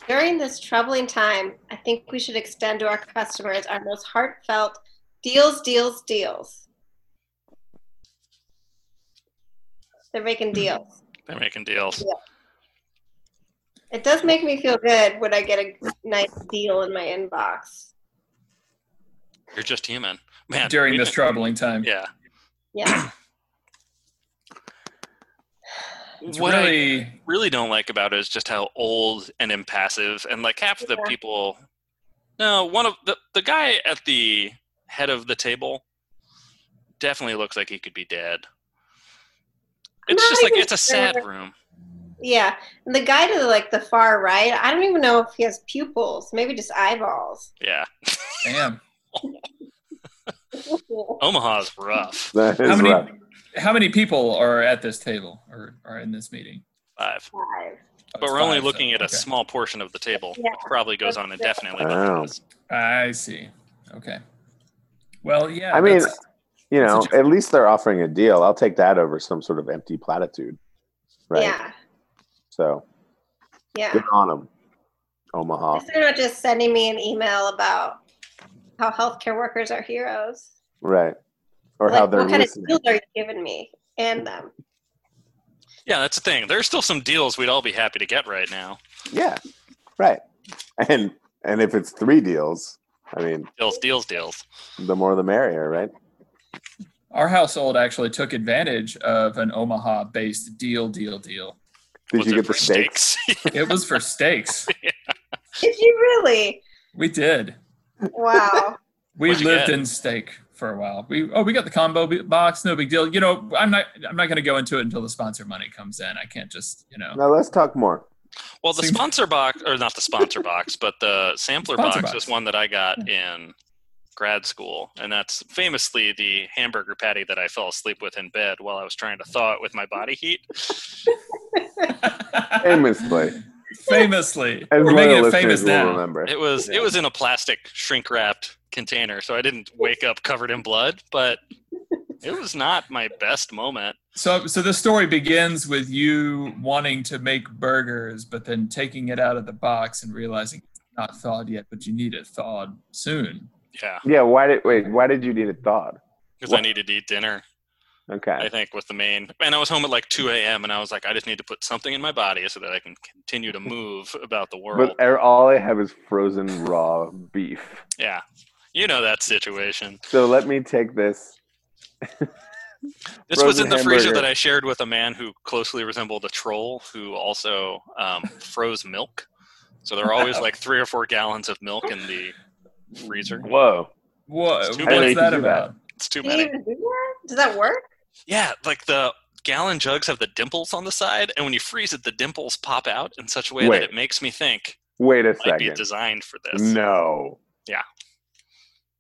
Speaker 2: During this troubling time, I think we should extend to our customers our most heartfelt deals, deals, deals. They're making deals.
Speaker 1: They're making deals.
Speaker 2: It does make me feel good when I get a nice deal in my inbox.
Speaker 1: You're just human, man.
Speaker 4: during
Speaker 1: we-
Speaker 4: this troubling time.
Speaker 1: yeah.
Speaker 2: Yeah.
Speaker 4: It's
Speaker 1: what I
Speaker 4: really
Speaker 1: really don't like about it is just how old and impassive and like half the
Speaker 2: Yeah.
Speaker 1: people no one of the the guy at the head of the table definitely looks like he could be dead it's
Speaker 2: Not
Speaker 1: just like
Speaker 2: even
Speaker 1: it's a sad
Speaker 2: sure.
Speaker 1: room
Speaker 2: Yeah, and the guy to the, like the far right, I don't even know if he has pupils, maybe just eyeballs.
Speaker 1: yeah
Speaker 4: damn.
Speaker 1: omaha's rough
Speaker 3: That is
Speaker 4: How many
Speaker 3: rough.
Speaker 4: how many people are at this table or are in this meeting?
Speaker 1: five
Speaker 2: Five.
Speaker 4: Oh,
Speaker 1: but
Speaker 4: it's
Speaker 1: we're only
Speaker 4: five, so-
Speaker 1: looking at a
Speaker 4: okay.
Speaker 1: small portion of the table
Speaker 2: Yeah.
Speaker 1: which probably goes on indefinitely
Speaker 3: Wow.
Speaker 4: I see. Okay. Well, yeah.
Speaker 3: I mean,
Speaker 4: that's-
Speaker 3: you
Speaker 4: That's a
Speaker 3: know,
Speaker 4: joke.
Speaker 3: at least they're offering a deal. I'll take that over some sort of empty platitude. Right.
Speaker 2: Yeah,
Speaker 3: So
Speaker 2: yeah.
Speaker 3: good on them, Omaha.
Speaker 2: If they're not just sending me an email about how healthcare workers are heroes,
Speaker 3: Right. Or how
Speaker 2: Like,
Speaker 3: they're
Speaker 2: what kind
Speaker 3: listening.
Speaker 2: of deals are you giving me and them?
Speaker 1: yeah that's the thing there's still some deals we'd all be happy to get right now
Speaker 3: yeah. Right. And and if it's three deals, I mean,
Speaker 1: deals deals deals
Speaker 3: the more the merrier, right?
Speaker 4: our household actually took advantage of an Omaha-based deal, deal, deal.
Speaker 3: Did
Speaker 1: Was
Speaker 3: you
Speaker 1: it
Speaker 3: get the
Speaker 1: for
Speaker 3: steaks?
Speaker 4: It was for steaks.
Speaker 2: Did you really?
Speaker 4: We did.
Speaker 2: Wow.
Speaker 4: We
Speaker 1: What'd you
Speaker 4: lived
Speaker 1: get?
Speaker 4: in steak for a while. We oh we got the combo b- box, no big deal. You know, I'm not I'm not going to go into it until the sponsor money comes in. I can't just you know
Speaker 3: Now let's talk more.
Speaker 1: Well, the
Speaker 4: Seems-
Speaker 1: sponsor box, or not the sponsor box, but the sampler
Speaker 4: Sponsor
Speaker 1: box,
Speaker 4: box.
Speaker 1: is one that I got in grad school, and that's famously the hamburger patty that I fell asleep with in bed while I was trying to thaw it with my body heat.
Speaker 3: Famously.
Speaker 4: famously,
Speaker 3: As
Speaker 4: we're
Speaker 3: one of
Speaker 4: making
Speaker 3: the
Speaker 4: it
Speaker 3: listeners
Speaker 4: famous
Speaker 3: will
Speaker 4: now.
Speaker 3: remember.
Speaker 1: It was it was in a plastic shrink wrapped container, so I didn't wake up covered in blood, but it was not my best moment.
Speaker 4: So, so the story begins with you wanting to make burgers, but then taking it out of the box and realizing it's not thawed yet, but you need it thawed soon.
Speaker 1: Yeah,
Speaker 3: Yeah, why did wait, why did you need it thawed?
Speaker 1: because I
Speaker 3: What?
Speaker 1: needed to eat dinner. I
Speaker 3: Okay.
Speaker 1: think with the main, and I was home at like 2 a.m. and I was like, I just need to put something in my body so that I can continue to move about the world.
Speaker 3: But er- all I have is frozen raw beef.
Speaker 1: Yeah. You know that situation.
Speaker 3: So let me take this.
Speaker 1: This was in
Speaker 3: Frozen
Speaker 1: the freezer
Speaker 3: hamburger.
Speaker 1: that I shared with a man who closely resembled a troll who also um, froze milk. So there are always like three or four gallons of milk in the freezer.
Speaker 3: Whoa.
Speaker 4: What,
Speaker 1: It's
Speaker 4: what's
Speaker 1: too bad.
Speaker 4: that
Speaker 3: Do that.
Speaker 4: about?
Speaker 1: It's too
Speaker 2: Do you
Speaker 1: many.
Speaker 2: even do that? Does that work?
Speaker 1: Yeah, like the gallon jugs have the dimples on the side, and when you freeze it, the dimples pop out in such a way
Speaker 3: Wait.
Speaker 1: that it makes me think
Speaker 3: Wait a
Speaker 1: it might be
Speaker 3: second.
Speaker 1: designed for this.
Speaker 3: No.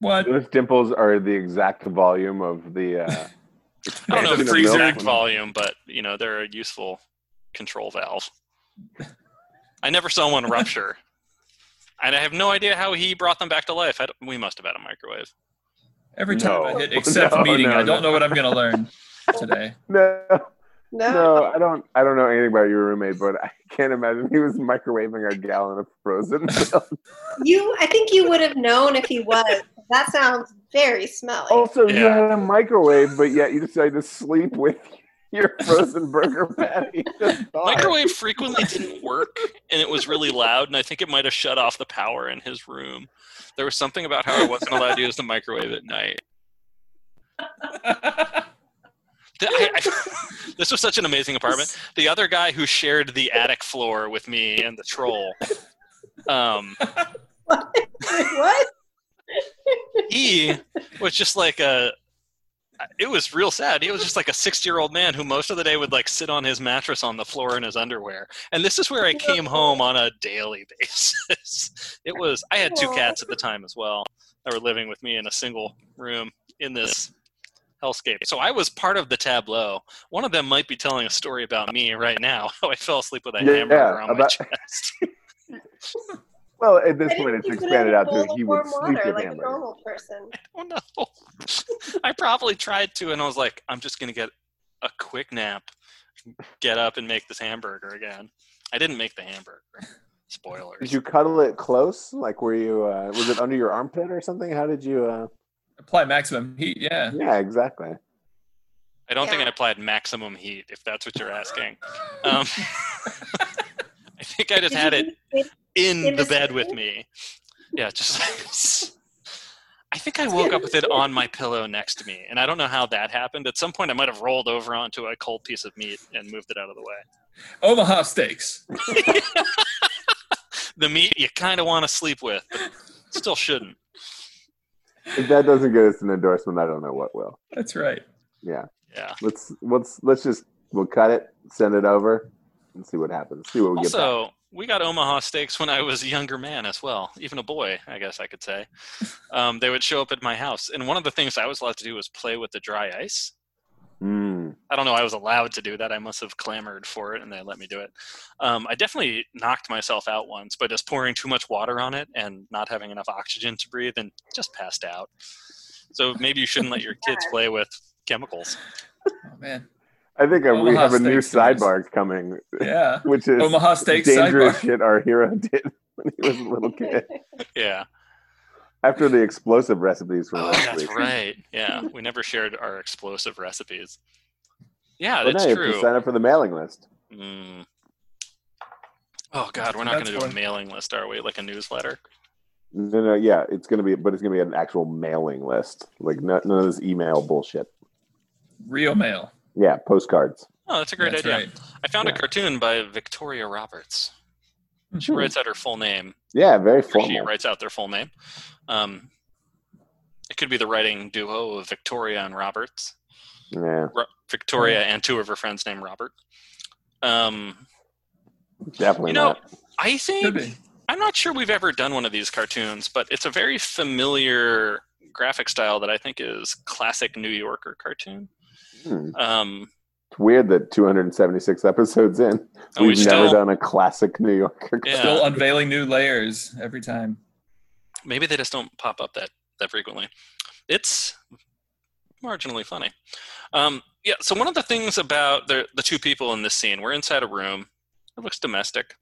Speaker 4: What?
Speaker 3: Those dimples are the exact volume of the uh
Speaker 1: I don't know
Speaker 3: expansion
Speaker 1: the
Speaker 3: of
Speaker 1: freezer
Speaker 3: milk.
Speaker 1: exact volume, but you know they're a useful control valve. I never saw one rupture, and I have no idea how he brought them back to life. I don't- we must have had a microwave.
Speaker 4: Every time
Speaker 3: No.
Speaker 4: I hit accept
Speaker 3: No,
Speaker 4: meeting,
Speaker 3: no,
Speaker 4: I
Speaker 3: no.
Speaker 4: don't know what I'm going to learn today.
Speaker 3: No.
Speaker 2: No.
Speaker 3: No, I don't. I don't know anything about your roommate, but I can't imagine he was microwaving a gallon of frozen milk.
Speaker 2: You I think you would have known if he was. That sounds very smelly.
Speaker 3: also, you
Speaker 1: Yeah.
Speaker 3: had a microwave, but yet you decided to sleep with your frozen burger patty. Just thought.
Speaker 1: Microwave frequently didn't work, and it was really loud, and I think it might have shut off the power in his room. There was something about how I wasn't allowed to use the microwave at night. The- I- I- this was such an amazing apartment. The other guy who shared the attic floor with me and the troll. Um,
Speaker 2: what?
Speaker 1: he E was just like a it was real sad he was just like a 60 year old man who most of the day would like sit on his mattress on the floor in his underwear and this is where i came home on a daily basis it was i had two
Speaker 2: Aw.
Speaker 1: cats at the time as well that were living with me in a single room in this hellscape so i was part of the tableau one of them might be telling a story about me right now how i fell asleep with a
Speaker 3: Yeah,
Speaker 1: hamburger on
Speaker 3: about-
Speaker 1: my chest
Speaker 3: Well, at this
Speaker 2: Why
Speaker 3: point,
Speaker 2: didn't
Speaker 3: it's
Speaker 2: you put it
Speaker 3: expanded
Speaker 2: in a
Speaker 3: out to
Speaker 2: bowl of
Speaker 3: he would
Speaker 2: warm water
Speaker 3: sleep with
Speaker 2: like a
Speaker 3: hamburger.
Speaker 2: normal person.
Speaker 1: oh no i probably tried to and i was like i'm just gonna get a quick nap get up and make this hamburger again i didn't make the hamburger spoilers
Speaker 3: Did you cuddle it close? Like, were you? Uh, was it under your armpit or something? How did you? Uh...
Speaker 4: Apply maximum heat, yeah.
Speaker 3: Yeah, exactly.
Speaker 1: i don't think i
Speaker 2: Yeah.
Speaker 1: applied maximum heat if that's what you're asking um, i think i just had it
Speaker 2: Did you-
Speaker 1: in
Speaker 2: in
Speaker 1: the
Speaker 2: the
Speaker 1: bed with
Speaker 2: sink?
Speaker 1: me yeah just I think I woke up with it on my pillow next to me, and I don't know how that happened. At some point, I might have rolled over onto a cold piece of meat and moved it out of the way.
Speaker 4: Omaha steaks.
Speaker 1: The meat you kind of want to sleep with, but still shouldn't.
Speaker 3: If that doesn't get us an endorsement, I don't know what will.
Speaker 4: That's right.
Speaker 3: Yeah.
Speaker 1: Yeah.
Speaker 3: Let's let's let's just we'll cut it, send it over, and see what happens. See what we get. Back.
Speaker 1: Also, we got Omaha steaks when I was a younger man as well, even a boy, I guess I could say. Um, they would show up at my house, and one of the things I was allowed to do was play with the dry ice.
Speaker 3: Mm.
Speaker 1: I don't know. I was allowed to do that. I must have clamored for it, and they let me do it. Um, I definitely knocked myself out once by just pouring too much water on it and not having enough oxygen to breathe, and just passed out. So maybe you shouldn't let your kids play with chemicals.
Speaker 4: Oh man.
Speaker 3: I think uh, we
Speaker 4: Omaha
Speaker 3: have a new
Speaker 4: steaks, guys.
Speaker 3: sidebar coming,
Speaker 4: Yeah.
Speaker 3: which is
Speaker 4: Omaha steaks
Speaker 3: dangerous
Speaker 4: sidebar.
Speaker 3: shit our hero did when he was a little kid.
Speaker 1: Yeah.
Speaker 3: After the explosive recipes from
Speaker 1: Oh,
Speaker 3: last
Speaker 1: that's
Speaker 3: week.
Speaker 1: right. Yeah, we never shared our explosive recipes. Yeah,
Speaker 3: But
Speaker 1: that's
Speaker 3: no, you have to
Speaker 1: true.
Speaker 3: sign up for the mailing list.
Speaker 1: Mm. Oh God, we're not going
Speaker 4: That's
Speaker 1: to do a
Speaker 4: fine.
Speaker 1: mailing list, are we? Like a newsletter?
Speaker 3: No, no, yeah, it's gonna be, but it's gonna be an actual mailing list, like no, none of this email bullshit.
Speaker 4: Real mail.
Speaker 3: Yeah, postcards.
Speaker 1: Oh, that's a great
Speaker 4: That's
Speaker 1: idea.
Speaker 4: right.
Speaker 1: I found
Speaker 3: Yeah.
Speaker 1: a cartoon by Victoria Roberts. She
Speaker 3: Hmm.
Speaker 1: writes out her full name.
Speaker 3: Yeah, very
Speaker 1: or She
Speaker 3: formal.
Speaker 1: writes out their full name. Um, it could be the writing duo of Victoria and Roberts.
Speaker 3: Yeah,
Speaker 1: Ro- Victoria
Speaker 4: Hmm.
Speaker 1: and two of her friends named Robert. Um,
Speaker 3: definitely
Speaker 1: you know,
Speaker 3: not.
Speaker 1: I
Speaker 4: Could
Speaker 1: think
Speaker 4: be.
Speaker 1: I'm not sure we've ever done one of these cartoons, but it's a very familiar graphic style that I think is classic New Yorker cartoon.
Speaker 3: Hmm.
Speaker 1: Um,
Speaker 3: It's weird that 276 episodes in,
Speaker 1: and we
Speaker 3: we've never
Speaker 1: still,
Speaker 3: done a classic New Yorker.
Speaker 1: Yeah.
Speaker 4: Still unveiling new layers every time.
Speaker 1: maybe they just don't pop up that that frequently. It's marginally funny. Um, yeah. So one of the things about the the two people in this scene, we're inside a room. It looks domestic.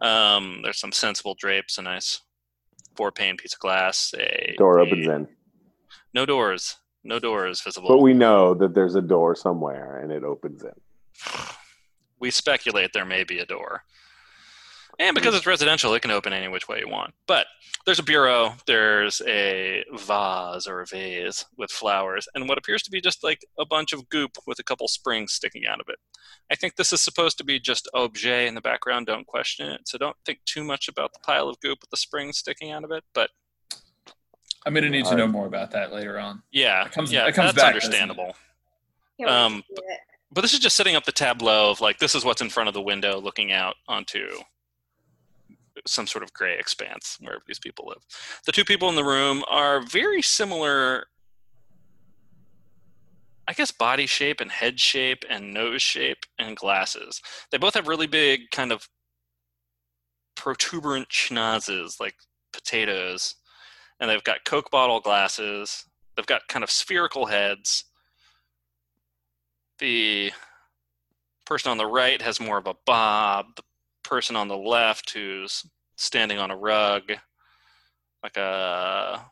Speaker 1: Um, there's some sensible drapes, a nice four pane piece of glass. A
Speaker 3: Door
Speaker 1: a-
Speaker 3: opens in,
Speaker 1: No doors. No doors visible.
Speaker 3: but we know that there's a door somewhere, and it opens in.
Speaker 1: we speculate there may be a door.
Speaker 4: Hmm.
Speaker 1: And because it's residential, it can open any which way you want. But there's a bureau, there's a vase or a vase with flowers, and what appears to be just like a bunch of goop with a couple springs sticking out of it. I think this is supposed to be just objet in the background, don't question it. So don't think too much about the pile of goop with the springs sticking out of it. But
Speaker 4: I'm gonna need to
Speaker 3: Alright.
Speaker 4: know more about that later on.
Speaker 1: yeah,
Speaker 4: It comes-
Speaker 1: yeah
Speaker 4: it comes
Speaker 1: that's
Speaker 4: back, doesn't it?
Speaker 1: understandable.
Speaker 2: Can't wait to
Speaker 1: Um,
Speaker 2: see it.
Speaker 1: but this is just setting up the tableau of like this is what's in front of the window looking out onto some sort of gray expanse wherever these people live the two people in the room are very similar i guess body shape and head shape and nose shape and glasses they both have really big kind of protuberant schnozzes like potatoes and they've got coke bottle glasses they've got kind of spherical heads the person on the right has more of a bob. The person on the left, who's standing on a rug, like a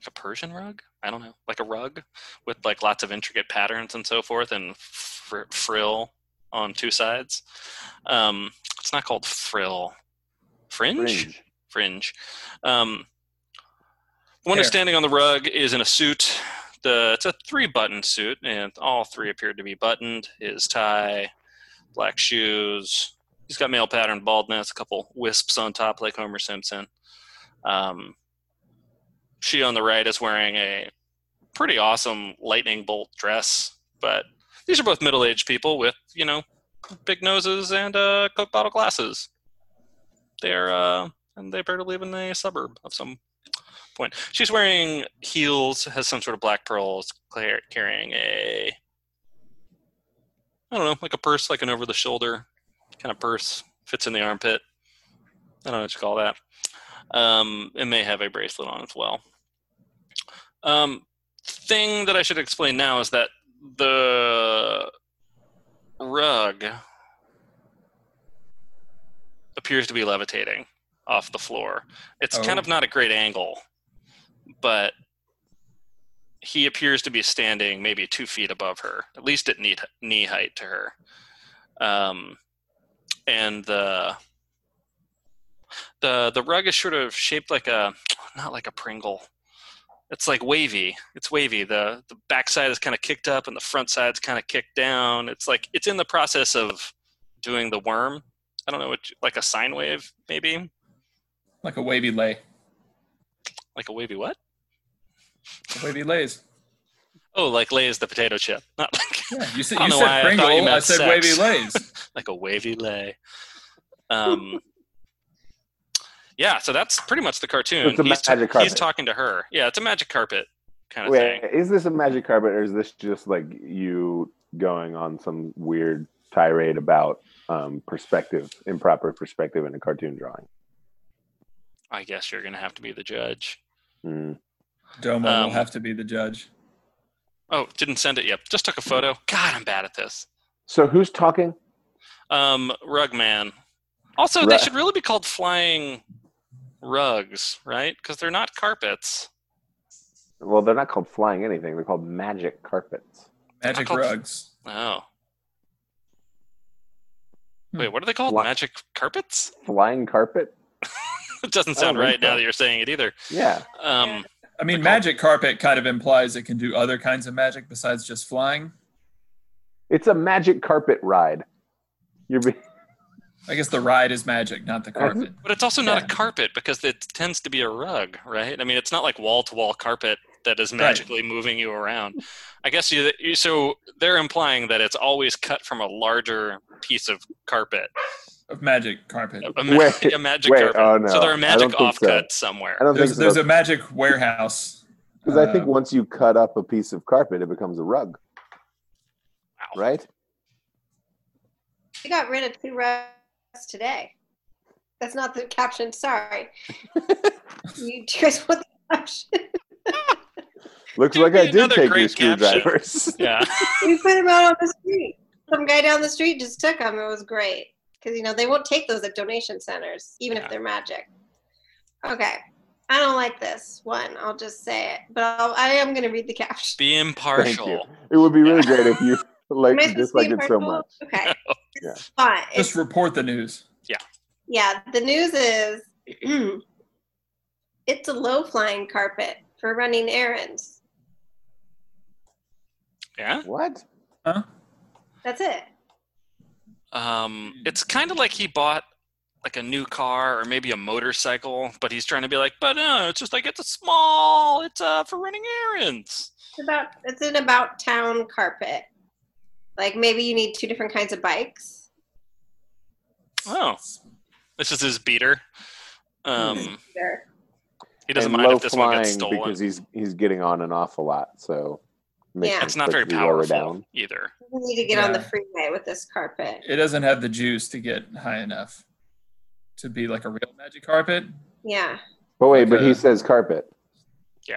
Speaker 1: like a Persian rug, I don't know, like a rug with like lots of intricate patterns and so forth, and fr- frill on two sides. Um, it's not called frill, fringe
Speaker 3: Fringe.
Speaker 1: fringe. Um, the one who's
Speaker 4: Fair.
Speaker 1: standing on the rug is in a suit. The it's a three button suit, and all three appeared to be buttoned. His tie, black shoes. He's got male pattern baldness, a couple wisps on top like Homer Simpson. Um, she on the right is wearing a pretty awesome lightning bolt dress, but these are both middle aged people with you know big noses and uh, coke bottle glasses they're uh, and they appear to live in a suburb of some point. She's wearing heels, has some sort of black pearls, clear- carrying a I don't know, like a purse, like an over the shoulder kind of purse, fits in the armpit. I don't know what you call that. Um, it may have a bracelet on as well. Um, thing that I should explain now is that the rug appears to be levitating off the floor. It's kind
Speaker 4: Oh.
Speaker 1: of not a great angle, but he appears to be standing maybe two feet above her, at least at knee, knee height to her. Um, and the the the rug is sort of shaped like a not like a Pringle. It's like wavy. It's wavy. The the backside is kind of kicked up and the front side's kind of kicked down. It's like it's in the process of doing the worm. I don't know what you- like a sine wave maybe.
Speaker 4: Like a wavy lay.
Speaker 1: Like a wavy what?
Speaker 4: Wavy lays.
Speaker 1: Oh, like lays the potato chip. Not like
Speaker 4: Yeah, you
Speaker 1: I
Speaker 4: said,
Speaker 1: don't
Speaker 4: you
Speaker 1: know why I
Speaker 4: said
Speaker 1: thought
Speaker 4: Pringle.
Speaker 1: you meant
Speaker 4: I said
Speaker 1: sex.
Speaker 4: wavy lays.
Speaker 1: like a wavy lay. Um, yeah, so that's pretty much the cartoon.
Speaker 3: It's a
Speaker 1: he's,
Speaker 3: magic
Speaker 1: he's
Speaker 3: carpet.
Speaker 1: talking to her. Yeah, it's a magic carpet kind of
Speaker 3: Wait,
Speaker 1: thing.
Speaker 3: is this a magic carpet or is this just like you going on some weird tirade about um, perspective, improper perspective in a cartoon drawing?
Speaker 1: I guess you're going to have to be the judge.
Speaker 3: Mm.
Speaker 4: Domo
Speaker 1: Um,
Speaker 4: will have to be the judge.
Speaker 1: Oh, didn't send it yet. Just took a photo. God, I'm bad at this.
Speaker 3: So who's talking?
Speaker 1: Um, rug man. Also, they
Speaker 3: Ru-
Speaker 1: should really be called flying rugs, right? Because they're not carpets.
Speaker 3: Well, they're not called flying anything. They're called magic carpets.
Speaker 4: Magic
Speaker 1: I'll-
Speaker 4: rugs.
Speaker 1: Oh.
Speaker 4: Hmm.
Speaker 1: Wait, what are they called?
Speaker 3: Fly-
Speaker 1: Magic carpets?
Speaker 3: Flying carpet?
Speaker 1: it doesn't
Speaker 3: I
Speaker 1: sound
Speaker 3: don't think
Speaker 1: right now
Speaker 3: so.
Speaker 1: that you're saying it either.
Speaker 3: Yeah.
Speaker 1: Um,
Speaker 2: Yeah.
Speaker 4: I mean, magic carpet kind of implies it can do other kinds of magic besides just flying.
Speaker 3: It's a magic carpet ride. You're be-
Speaker 4: I guess the ride is magic, not the carpet.
Speaker 1: But it's also not
Speaker 4: Yeah.
Speaker 1: a carpet because it tends to be a rug, right? I mean, it's not like wall to wall carpet that is
Speaker 4: Right.
Speaker 1: magically moving you around. I guess you, you so they're implying that it's always cut from a larger piece of carpet,
Speaker 4: Of magic carpet.
Speaker 1: a, ma-
Speaker 3: Wait,
Speaker 1: a magic
Speaker 3: wait,
Speaker 1: carpet.
Speaker 3: oh, no.
Speaker 1: So they're a
Speaker 3: I don't
Speaker 1: magic
Speaker 3: think so.
Speaker 1: offcut somewhere.
Speaker 3: I don't
Speaker 4: There's,
Speaker 3: think
Speaker 4: there's
Speaker 3: so.
Speaker 4: a magic warehouse.
Speaker 3: Because I think
Speaker 4: uh,
Speaker 3: once you cut up a piece of carpet, it becomes a rug,
Speaker 1: Wow.
Speaker 3: right?
Speaker 2: We got rid of two rugs today. That's not the caption. Sorry. you guys want the caption?
Speaker 3: Looks
Speaker 1: Give
Speaker 3: like
Speaker 1: me
Speaker 3: I did
Speaker 1: another
Speaker 3: take your
Speaker 1: great caption.
Speaker 3: screwdrivers.
Speaker 1: Yeah.
Speaker 2: We put them out on the street. Some guy down the street just took them. It was great because you know they won't take those at donation centers, even
Speaker 1: Yeah.
Speaker 2: if they're magic. Okay, I don't like this one. I'll just say it, but I'll, I am going to read the caption.
Speaker 1: Be
Speaker 3: Thank you.
Speaker 1: impartial.
Speaker 3: It would be really great if you like
Speaker 2: Am I supposed to be
Speaker 3: disliked it so
Speaker 2: impartial?
Speaker 3: much.
Speaker 2: Okay,
Speaker 3: Yeah.
Speaker 2: it's fine. It's
Speaker 4: Just report the news.
Speaker 2: Yeah, the news is it's a low flying carpet for running errands.
Speaker 1: Yeah.
Speaker 3: What?
Speaker 4: Huh?
Speaker 2: That's it.
Speaker 1: Um, it's kind of like he bought like a new car or maybe a motorcycle, but he's trying to be like, but no, it's just like it's a small, it's uh, for running errands.
Speaker 2: It's about it's an about town carpet. Like maybe you need two different kinds of bikes.
Speaker 1: Oh, this is his beater. Um,
Speaker 2: Sure.
Speaker 1: he doesn't
Speaker 3: Hmm. and
Speaker 1: mind
Speaker 3: low
Speaker 1: if this
Speaker 3: flying
Speaker 1: one gets stolen.
Speaker 3: because he's he's getting on an awful lot, so it makes
Speaker 2: Yeah.
Speaker 1: it's
Speaker 3: sense
Speaker 1: not
Speaker 3: that
Speaker 1: very
Speaker 3: you lower
Speaker 1: powerful
Speaker 3: down.
Speaker 1: either.
Speaker 2: You need to get on the
Speaker 4: Yeah.
Speaker 2: freeway with this carpet.
Speaker 4: It doesn't have the juice to get high enough to be like a real magic carpet.
Speaker 2: Yeah.
Speaker 3: But wait, but
Speaker 4: Okay.
Speaker 3: he says carpet.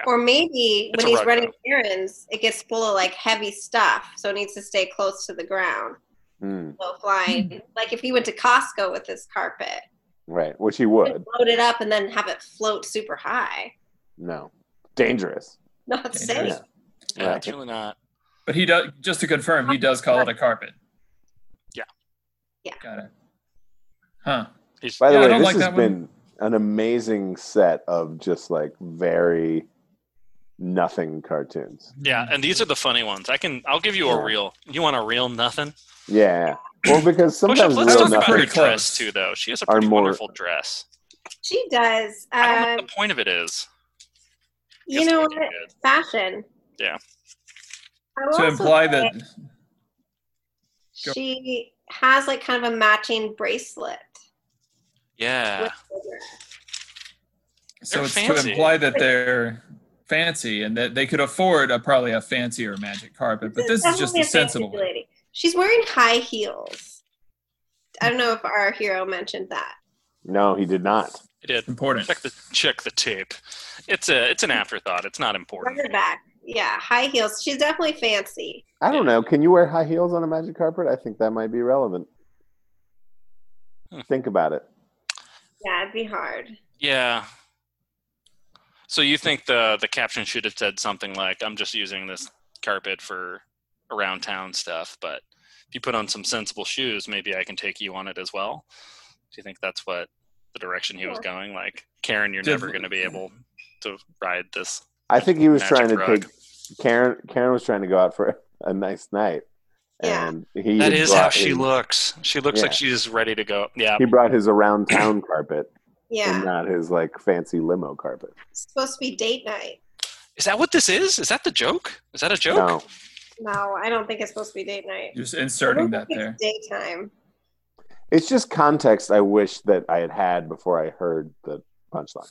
Speaker 2: Or maybe
Speaker 1: It's a
Speaker 2: when he's
Speaker 1: rug,
Speaker 2: running errands, it gets full of like heavy stuff, so it needs to stay close to the ground.
Speaker 3: Hmm,
Speaker 2: Low flying. Like if he went to Costco with this carpet,
Speaker 3: right, which he
Speaker 2: he'd
Speaker 3: would.
Speaker 2: load it up and then have it float super high.
Speaker 3: No, dangerous.
Speaker 2: Not
Speaker 4: Dangerous.
Speaker 2: safe.
Speaker 1: Yeah,
Speaker 3: Right.
Speaker 1: it's really not.
Speaker 4: But he does. Just to confirm, he does call it a carpet.
Speaker 1: Yeah.
Speaker 2: Yeah.
Speaker 4: Got it. Huh.
Speaker 1: He's,
Speaker 3: By the
Speaker 4: Yeah, I
Speaker 3: way,
Speaker 4: don't
Speaker 3: this
Speaker 4: like
Speaker 3: has
Speaker 4: that one.
Speaker 3: been an amazing set of just like very nothing cartoons.
Speaker 1: yeah, and these are the funny ones. I can. I'll give you
Speaker 3: Yeah.
Speaker 1: a real. You want a real nothing?
Speaker 3: Yeah. Well,
Speaker 1: Push-ups,
Speaker 3: because sometimes
Speaker 1: let's
Speaker 3: real
Speaker 1: talk about
Speaker 3: nothing.
Speaker 1: her
Speaker 4: Pretty close.
Speaker 1: dress too, though. She has a
Speaker 3: Are
Speaker 1: pretty
Speaker 3: more-
Speaker 1: wonderful dress.
Speaker 2: She does.
Speaker 1: I don't know
Speaker 2: Um,
Speaker 1: what the point of it is.
Speaker 2: you
Speaker 1: Guess
Speaker 2: know
Speaker 1: we
Speaker 2: what?
Speaker 1: can do it.
Speaker 2: Fashion.
Speaker 1: Yeah.
Speaker 2: I will
Speaker 4: To
Speaker 2: also
Speaker 4: imply
Speaker 2: say
Speaker 4: that go-
Speaker 2: she has like kind of a matching bracelet.
Speaker 1: Yeah,
Speaker 2: with her.
Speaker 4: So
Speaker 1: They're
Speaker 4: it's to
Speaker 1: fancy.
Speaker 4: imply that they're fancy and that they could afford a probably a fancier magic carpet, but this is just
Speaker 2: definitely
Speaker 4: a
Speaker 2: a fancy
Speaker 4: sensible one.
Speaker 2: lady. She's wearing high heels. I don't know if our hero mentioned that.
Speaker 3: No, he did not.
Speaker 1: it did.
Speaker 4: Important.
Speaker 1: Check the check the tape. It's a it's an afterthought. It's not important.
Speaker 2: Rubber back. Yeah, high heels. She's definitely fancy.
Speaker 3: I don't know. Can you wear high heels on a magic carpet? I think that might be relevant.
Speaker 1: Hmm.
Speaker 3: Think about it.
Speaker 2: Yeah, it'd be hard.
Speaker 1: Yeah. So you think the the caption should have said something like, "I'm just using this carpet for around town stuff," but if you put on some sensible shoes, maybe I can take you on it as well. Do you think that's what the direction he was going? Like, Karen, you're
Speaker 4: Did-
Speaker 1: never going to be able to ride this.
Speaker 3: I think he was
Speaker 1: Magic
Speaker 3: trying to
Speaker 1: rug.
Speaker 3: take Karen. Karen was trying to go out for a nice night,
Speaker 2: Yeah.
Speaker 3: and he
Speaker 1: That
Speaker 3: had
Speaker 1: is how
Speaker 3: brought
Speaker 1: she
Speaker 3: his-
Speaker 1: looks. She looks like
Speaker 3: Yeah.
Speaker 1: she's ready to go. Yeah.
Speaker 3: He brought his around town carpet and
Speaker 2: Yeah.
Speaker 3: not his like fancy limo carpet.
Speaker 2: It's supposed to be date night.
Speaker 1: Is that what this is? Is that the joke? Is that a joke?
Speaker 3: No,
Speaker 2: No, I don't think it's supposed to be date night.
Speaker 4: Just
Speaker 2: I
Speaker 4: inserting
Speaker 2: don't
Speaker 4: that
Speaker 2: think
Speaker 4: there.
Speaker 2: it's Daytime.
Speaker 3: it's just context. I wish that I had had before I heard the punchline.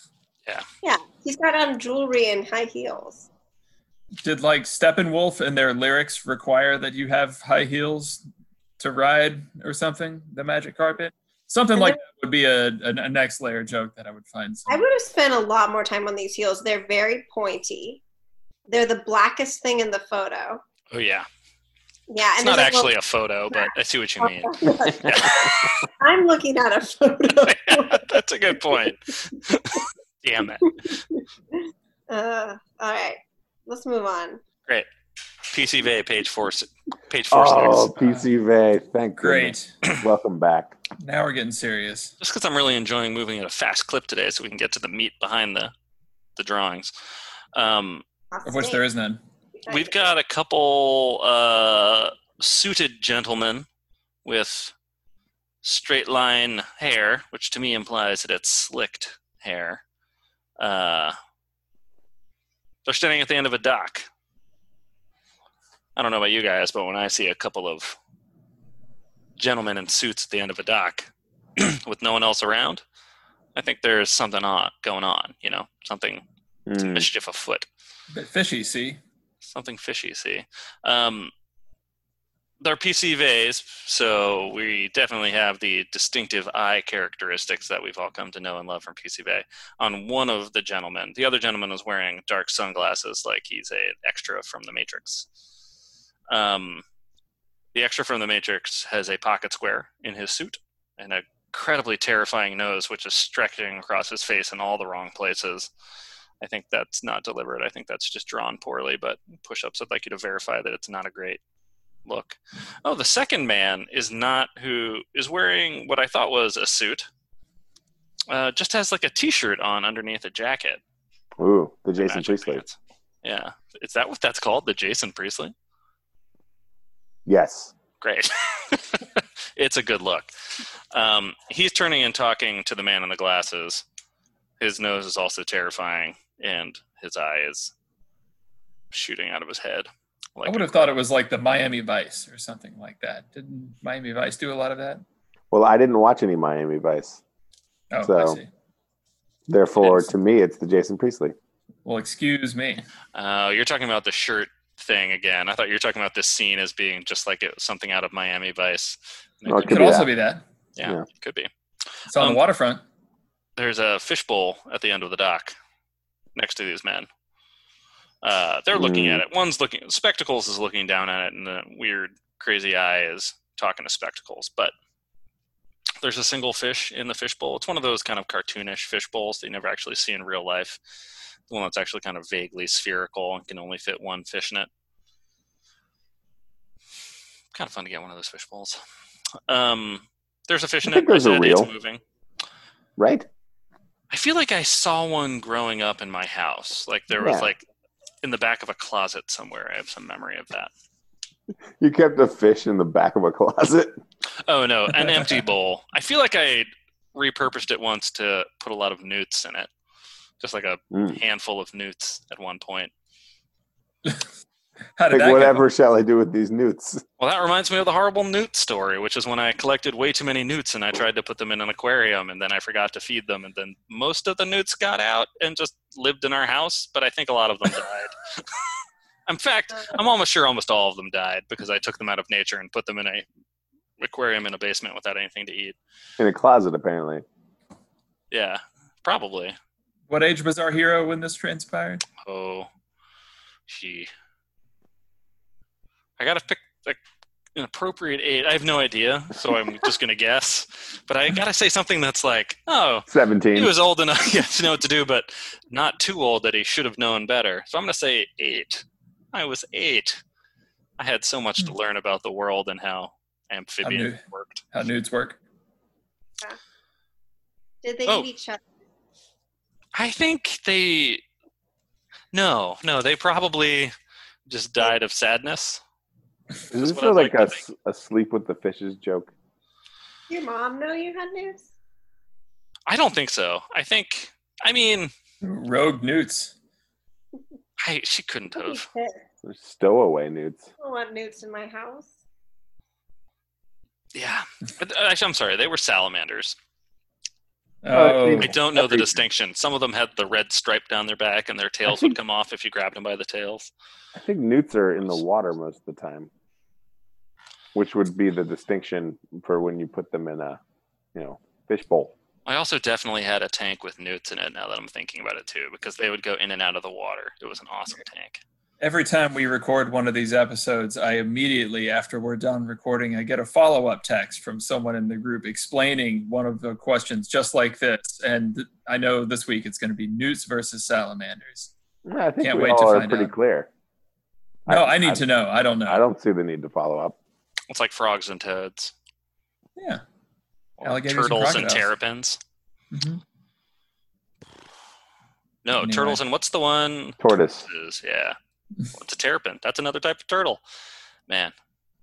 Speaker 2: Yeah. He's got on jewelry and high heels.
Speaker 4: Did like Steppenwolf and their lyrics require that you have high heels to ride or something? The magic carpet? Something like that would be a, a, a next layer joke that I would find.
Speaker 2: I would have spent a lot more time on these heels. They're very pointy. They're the blackest thing in the photo.
Speaker 1: Oh yeah.
Speaker 2: Yeah,
Speaker 1: It's
Speaker 2: and
Speaker 1: not
Speaker 2: there's a
Speaker 1: actually a photo, but I see what you mean.
Speaker 2: little- I'm looking at a photo.
Speaker 1: That's a good point. Damn it.
Speaker 2: Uh, all right, let's move on.
Speaker 1: PC Bay, page four, si- page four
Speaker 3: Oh,
Speaker 1: six.
Speaker 3: PC Vay, thank
Speaker 4: Great.
Speaker 3: goodness. Welcome back.
Speaker 4: Now we're getting serious.
Speaker 1: Just because I'm really enjoying moving at a fast clip today, so we can get to the meat behind the the drawings. Um,
Speaker 4: Of which there is none.
Speaker 1: we've got a couple uh, suited gentlemen with straight line hair, which to me implies that it's slicked hair. Uh, they're standing at the end of a dock. I don't know about you guys, but when I see a couple of gentlemen in suits at the end of a dock with no one else around, I think there's something on, going on, you know, something
Speaker 3: Mm.
Speaker 1: mischief afoot
Speaker 4: Bit fishy, see?
Speaker 1: something fishy. See, um, they're PC V's, so we definitely have the distinctive eye characteristics that we've all come to know and love from PC Bay. On one of the gentlemen, the other gentleman is wearing dark sunglasses, like he's a extra from The Matrix. Um, the extra from The Matrix has a pocket square in his suit and a incredibly terrifying nose, which is stretching across his face in all the wrong places. I think that's not deliberate. I think that's just drawn poorly, but push ups, I'd like you to verify that it's not a great look. Oh, the second man is not who is wearing what I thought was a suit, uh, just has like a t shirt on underneath a jacket.
Speaker 3: Ooh, the Jason
Speaker 1: Magic
Speaker 3: Priestley.
Speaker 1: pants. Yeah. Is that what that's called? The Jason Priestley?
Speaker 3: Yes.
Speaker 1: Great. it's a good look. Um, he's turning and talking to the man in the glasses. His nose is also terrifying, and his eye is shooting out of his head. Like
Speaker 4: I would have thought it was like the Miami Vice or something like that. Didn't Miami Vice do a lot of that?
Speaker 3: Well, I didn't watch any Miami Vice,
Speaker 4: Oh,
Speaker 3: So-
Speaker 4: I see.
Speaker 3: therefore,
Speaker 1: It's-
Speaker 3: to me, it's the Jason Priestley.
Speaker 4: Well, excuse me.
Speaker 1: Oh, you're talking about the shirt thing again. I thought you were talking about this scene as being just like it, something out of Miami Vice.
Speaker 3: No, it
Speaker 4: It
Speaker 3: Could
Speaker 4: could
Speaker 3: be
Speaker 4: also
Speaker 3: that.
Speaker 4: be that.
Speaker 1: yeah,
Speaker 3: yeah.
Speaker 1: could be.
Speaker 4: It's on
Speaker 1: Um,
Speaker 4: the waterfront.
Speaker 1: There's a fishbowl at the end of the dock next to these men. Uh, they're looking
Speaker 3: Mm.
Speaker 1: at it. One's looking, Spectacles is looking down at it, and the weird, crazy eye is talking to Spectacles. But there's a single fish in the fishbowl. It's one of those kind of cartoonish fish bowls that you never actually see in real life. The one that's actually kind of vaguely spherical and can only fit one fish in it. Kind of fun to get one of those fish bowls. Um, there's a fish in
Speaker 3: I think
Speaker 1: it. I
Speaker 3: those are
Speaker 1: said it's
Speaker 3: real.
Speaker 1: moving.
Speaker 3: Right?
Speaker 1: I feel like I saw one growing up in my house. Like there was
Speaker 3: Yeah.
Speaker 1: like in the back of a closet somewhere. I have some memory of that.
Speaker 3: You kept a fish in the back of a closet.
Speaker 1: Oh no, an empty bowl. I feel like I repurposed it once to put a lot of newts in it. Just like a
Speaker 3: Mm.
Speaker 1: handful of newts at one point.
Speaker 4: How did
Speaker 3: Like,
Speaker 4: that
Speaker 3: whatever shall I do with these newts?
Speaker 1: Well, that reminds me of the horrible newt story, which is when I collected way too many newts and I tried to put them in an aquarium and then I forgot to feed them and then most of the newts got out and just lived in our house, but I think a lot of them died. in fact, I'm almost sure almost all of them died because I took them out of nature and put them in a aquarium in a basement without anything to eat.
Speaker 3: In a closet, apparently.
Speaker 1: Yeah, probably.
Speaker 4: What age was our hero when this transpired?
Speaker 1: Oh, she. I gotta pick like an appropriate age. I have no idea, so I'm just gonna guess. But I gotta say something that's like, oh,
Speaker 3: 17.
Speaker 1: he was old enough yeah, to know what to do, but not too old that he should have known better. So I'm gonna say eight. I was eight. I had so much to learn about the world and how amphibians
Speaker 4: new-
Speaker 1: worked.
Speaker 4: How nudes work?
Speaker 2: Did they
Speaker 1: Oh.
Speaker 2: eat each other?
Speaker 1: I think they No, no, they probably just died of sadness.
Speaker 3: Does this
Speaker 1: what
Speaker 3: feel
Speaker 1: I'd
Speaker 3: like
Speaker 1: like
Speaker 3: a,
Speaker 1: to
Speaker 3: s- a sleep with the fishes joke?
Speaker 2: Your mom know you had news?
Speaker 1: I don't think so. I think. I mean,
Speaker 4: Rogue newts.
Speaker 1: I, she couldn't
Speaker 2: I'd be
Speaker 1: have.
Speaker 2: pissed.
Speaker 3: They're stowaway nudes.
Speaker 2: I don't want nudes in my house.
Speaker 1: Yeah. But, uh, Actually, I'm sorry. They were salamanders.
Speaker 3: Uh,
Speaker 4: Oh,
Speaker 1: I
Speaker 3: Yeah.
Speaker 1: don't know the
Speaker 3: Every-
Speaker 1: distinction. Some of them had the red stripe down their back, and their tails
Speaker 3: think-
Speaker 1: would come off if you grabbed them by the tails.
Speaker 3: I think newts are in the water most of the time, which would be the distinction for when you put them in a, you know, fish bowl.
Speaker 1: I also definitely had a tank with newts in it. Now that I'm thinking about it too, because they would go in and out of the water. It was an awesome tank.
Speaker 4: every time we record one of these episodes, I immediately after we're done recording, I get a follow up text from someone in the group explaining one of the questions just like this. And I know this week it's going to be newts versus salamanders.
Speaker 3: Yeah, I think
Speaker 4: Can't
Speaker 3: we
Speaker 4: wait
Speaker 3: all
Speaker 4: to
Speaker 3: are
Speaker 4: find
Speaker 3: pretty
Speaker 4: out.
Speaker 3: clear.
Speaker 4: No, I, need to know. I don't know.
Speaker 3: I don't see the need to follow up.
Speaker 1: It's like frogs and toads,
Speaker 4: yeah.
Speaker 1: or
Speaker 4: Alligators and
Speaker 1: turtles and,
Speaker 4: crocodiles.
Speaker 1: terrapins.
Speaker 4: Mhm.
Speaker 1: No,
Speaker 4: Anyway.
Speaker 1: turtles and what's the one?
Speaker 3: Tortoise.
Speaker 1: Is yeah, what's a terrapin? That's another type of turtle. Man,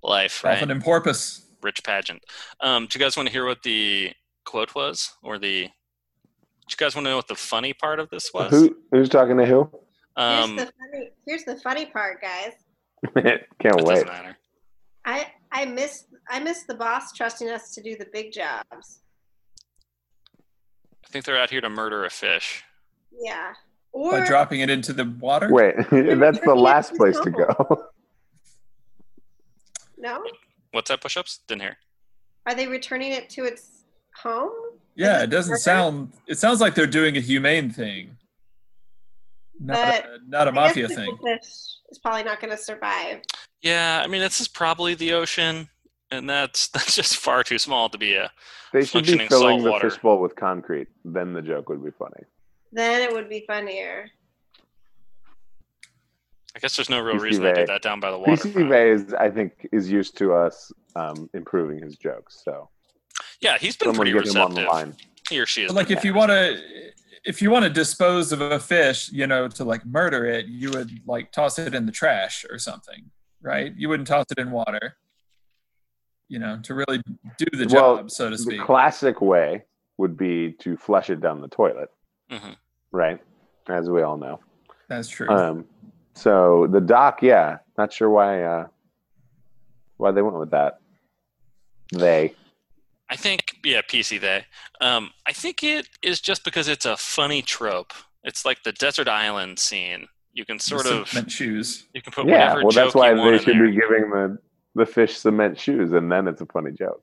Speaker 1: life, right?
Speaker 4: Dolphin and porpoise.
Speaker 1: rich pageant. Um, do you guys want to hear what the quote was, or the? Do you guys want to know what the funny part of this was?
Speaker 3: Who, who's talking to who?
Speaker 1: um,
Speaker 2: here's, the funny, here's the funny part, guys.
Speaker 3: Can't
Speaker 1: it
Speaker 3: Oh, wait.
Speaker 1: doesn't matter.
Speaker 2: I I miss I miss the boss trusting us to do the big jobs.
Speaker 1: I think they're out here to murder a fish.
Speaker 2: Yeah.
Speaker 4: By
Speaker 2: Or
Speaker 4: dropping it into the water?
Speaker 3: Wait, that's the
Speaker 2: You're
Speaker 3: last place to
Speaker 2: terrible.
Speaker 3: go.
Speaker 2: no?
Speaker 1: What's that? Push-ups? Didn't hear.
Speaker 2: Are they returning it to its home?
Speaker 4: Yeah, it doesn't sound. It sounds like they're doing a humane thing, not a, not a
Speaker 2: I guess
Speaker 4: mafia
Speaker 2: the
Speaker 4: thing.
Speaker 2: goldfish is probably not going to survive.
Speaker 1: Yeah, I mean this is probably the ocean, and that's that's just far too small to be a.
Speaker 3: They should be
Speaker 1: Functioning
Speaker 3: filling
Speaker 1: salt
Speaker 3: the
Speaker 1: water.
Speaker 3: fish bowl with concrete. Then the joke would be funny.
Speaker 2: Then it would be funnier.
Speaker 1: I guess there's no real
Speaker 3: PCV.
Speaker 1: reason to do that down by the water.
Speaker 3: PCV is, I think, is used to us um, improving his jokes. So
Speaker 1: Yeah, he's been
Speaker 3: someone
Speaker 1: pretty
Speaker 3: get him on the
Speaker 1: receptive.
Speaker 3: line.
Speaker 1: He or she is.
Speaker 4: But like if you want to, if you want to dispose of a fish, you know, to like murder it, you would like toss it in the trash or something, right? You wouldn't toss it in water. You know, to really do the
Speaker 3: Well,
Speaker 4: job, so to
Speaker 3: The
Speaker 4: speak.
Speaker 3: classic way would be to flush it down the toilet,
Speaker 1: Mhm.
Speaker 3: right? As we all know.
Speaker 4: That's true.
Speaker 3: Um, so the doc, yeah, not sure why uh, why they went with that. They
Speaker 1: I think yeah, PC they. Um, I think it is just because it's a funny trope. It's like the desert island scene. You can
Speaker 4: The
Speaker 1: sort of
Speaker 4: cement shoes.
Speaker 1: you can put
Speaker 3: yeah,
Speaker 1: whatever
Speaker 3: well, that's
Speaker 1: joke
Speaker 3: why
Speaker 1: you want
Speaker 3: they
Speaker 1: in
Speaker 3: should
Speaker 1: there.
Speaker 3: be giving the the fish cement shoes, and then it's a funny joke.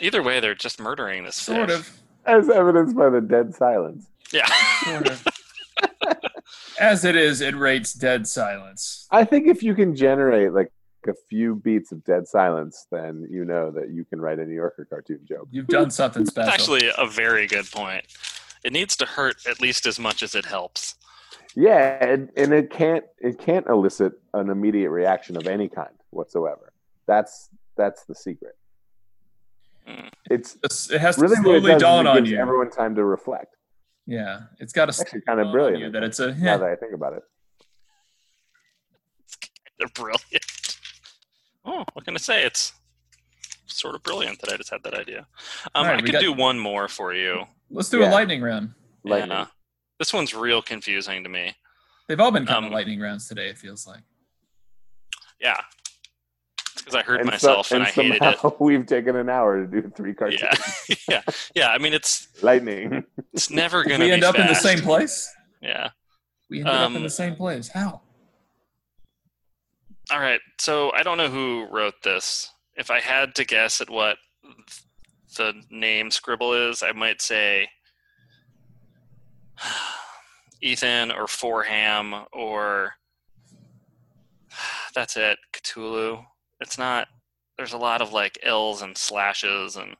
Speaker 1: Either way, they're just murdering this
Speaker 4: Sort
Speaker 1: fish.
Speaker 4: of.
Speaker 3: As evidenced by the dead silence.
Speaker 1: Yeah.
Speaker 4: Sort of. As it is, it rates dead silence.
Speaker 3: I think if you can generate like a few beats of dead silence, then you know that you can write a New Yorker cartoon joke.
Speaker 4: You've done something special.
Speaker 1: That's actually a very good point. It needs to hurt at least as much as it helps.
Speaker 3: Yeah, and, and it can't it can't elicit an immediate reaction of any kind whatsoever. That's that's the secret.
Speaker 1: Mm.
Speaker 3: It's
Speaker 4: It's- it has to
Speaker 3: really what it
Speaker 4: slowly
Speaker 3: does is
Speaker 4: dawn
Speaker 3: it
Speaker 4: on
Speaker 3: gives
Speaker 4: you.
Speaker 3: everyone time to reflect.
Speaker 4: yeah, it's got to
Speaker 3: Actually, kind of brilliant.
Speaker 4: that it's a
Speaker 3: Now
Speaker 4: yeah,
Speaker 3: that I think about it,
Speaker 1: They're brilliant. Oh, what can I say? It's sort of brilliant that I just had that idea. Um,
Speaker 4: Alright,
Speaker 1: I
Speaker 4: we
Speaker 1: could
Speaker 4: got-
Speaker 1: do one more for you.
Speaker 4: Let's do
Speaker 3: Yeah.
Speaker 4: a lightning round.
Speaker 3: lightning.
Speaker 1: Yeah. This one's real confusing to me.
Speaker 4: They've all been kind
Speaker 1: Um,
Speaker 4: of lightning rounds today. It feels like.
Speaker 1: Yeah. It's because I heard
Speaker 3: And, so-
Speaker 1: myself
Speaker 3: and
Speaker 1: and, I hated
Speaker 3: somehow
Speaker 1: it.
Speaker 3: we've taken an hour to do three cartoons.
Speaker 1: Yeah. yeah. Yeah. I mean, it's
Speaker 3: Lightning.
Speaker 1: it's never going to
Speaker 4: We
Speaker 1: be
Speaker 4: end up in the
Speaker 1: fast.
Speaker 4: same place.
Speaker 1: Yeah.
Speaker 4: We ended up
Speaker 1: Um,
Speaker 4: in the same place. How?
Speaker 1: All right. So I don't know who wrote this. If I had to guess at what the name scribble is, I might say Ethan or Forham or that's it, Cthulhu. It's not. There's a lot of like L's and slashes and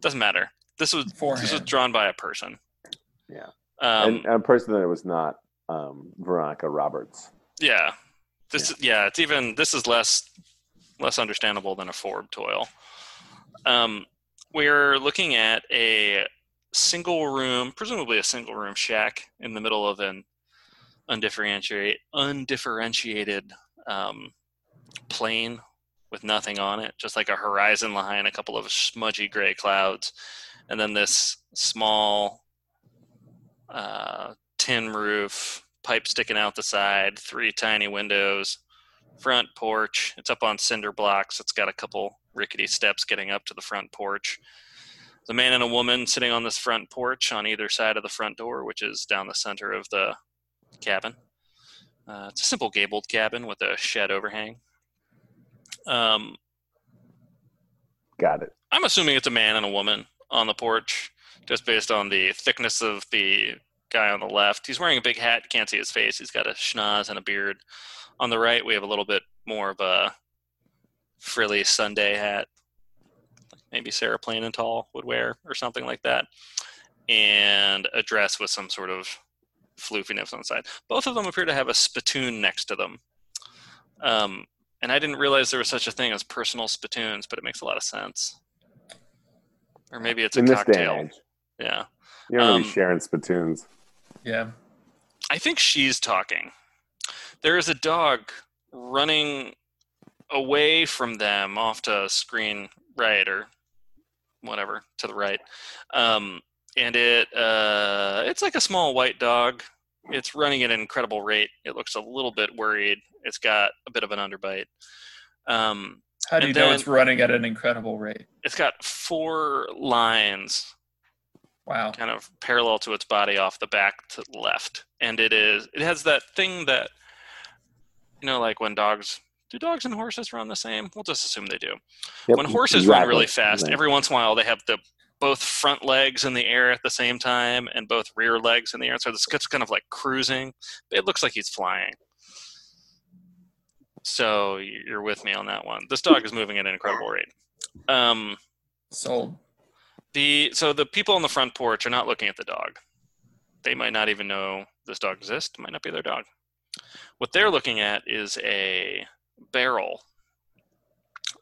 Speaker 1: doesn't matter. This was this was
Speaker 4: Forehand.
Speaker 1: drawn by a person.
Speaker 3: Yeah.
Speaker 1: Um,
Speaker 3: and uh, a person that was not um, Veronica Roberts.
Speaker 1: Yeah. This yeah. it's even this is less less understandable than a Ford toil. Um, we're looking at a single room, presumably a single room shack in the middle of an undifferentiated, undifferentiated um, plain with nothing on it, just like a horizon line, a couple of smudgy gray clouds, and then this small uh, tin roof, pipe sticking out the side, three tiny windows, front porch. It's up on cinder blocks. It's got a couple rickety steps getting up to the front porch. The man and a woman sitting on this front porch on either side of the front door, which is down the center of the cabin. Uh, it's a simple gabled cabin with a shed overhang. Um,
Speaker 3: Got it.
Speaker 1: I'm assuming it's a man and a woman on the porch, just based on the thickness of the guy on the left. He's wearing a big hat, can't see his face. He's got a schnoz and a beard. On the right, we have a little bit more of a frilly Sunday hat, like maybe Sarah Plain and Tall would wear, or something like that, and a dress with some sort of floofiness on the side. Both of them appear to have a spittoon next to them. Um, and I didn't realize there was such a thing as personal spittoons, but it makes a lot of sense. Or maybe it's a
Speaker 3: In this day
Speaker 1: cocktail.
Speaker 3: and age,
Speaker 1: Yeah.
Speaker 3: you don't
Speaker 1: Um,
Speaker 3: be sharing spittoons.
Speaker 4: Yeah.
Speaker 1: I think she's talking. There is a dog running away from them off to screen right or whatever to the right. Um, and it uh, it's like a small white dog. It's running at an incredible rate. It looks a little bit worried. It's got a bit of an underbite. Um,
Speaker 4: How do you
Speaker 1: And
Speaker 4: know
Speaker 1: then-
Speaker 4: it's running at an incredible rate?
Speaker 1: it's got four lines
Speaker 4: Wow.
Speaker 1: kind of parallel to its body off the back to the left and it is it has that thing that you know like when dogs do dogs and horses run the same we'll just assume they do
Speaker 3: Yep,
Speaker 1: when horses run
Speaker 3: exactly.
Speaker 1: really fast
Speaker 3: Right.
Speaker 1: every once in a while they have the both front legs in the air at the same time and both rear legs in the air so this gets kind of like cruising it looks like he's flying so you're with me on that one this dog is moving at an incredible rate um,
Speaker 4: Sold.
Speaker 1: the so the people on the front porch are not looking at the dog. They might not even know this dog exists. Might not be their dog. What they're looking at is a barrel.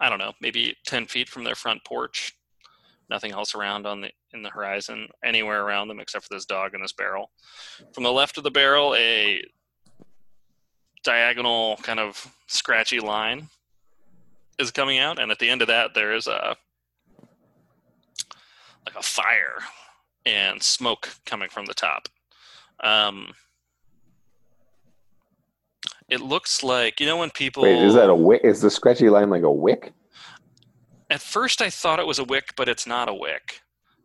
Speaker 1: I don't know, maybe ten feet from their front porch. Nothing else around on the in the horizon, anywhere around them except for this dog and this barrel. From the left of the barrel, a diagonal kind of scratchy line is coming out, and at the end of that, there is a like a fire and smoke coming from the top. Um, it looks like you know when people
Speaker 3: Wait, is that a wick? Is the scratchy line like a wick?
Speaker 1: at first I thought it was a wick, but it's not a wick.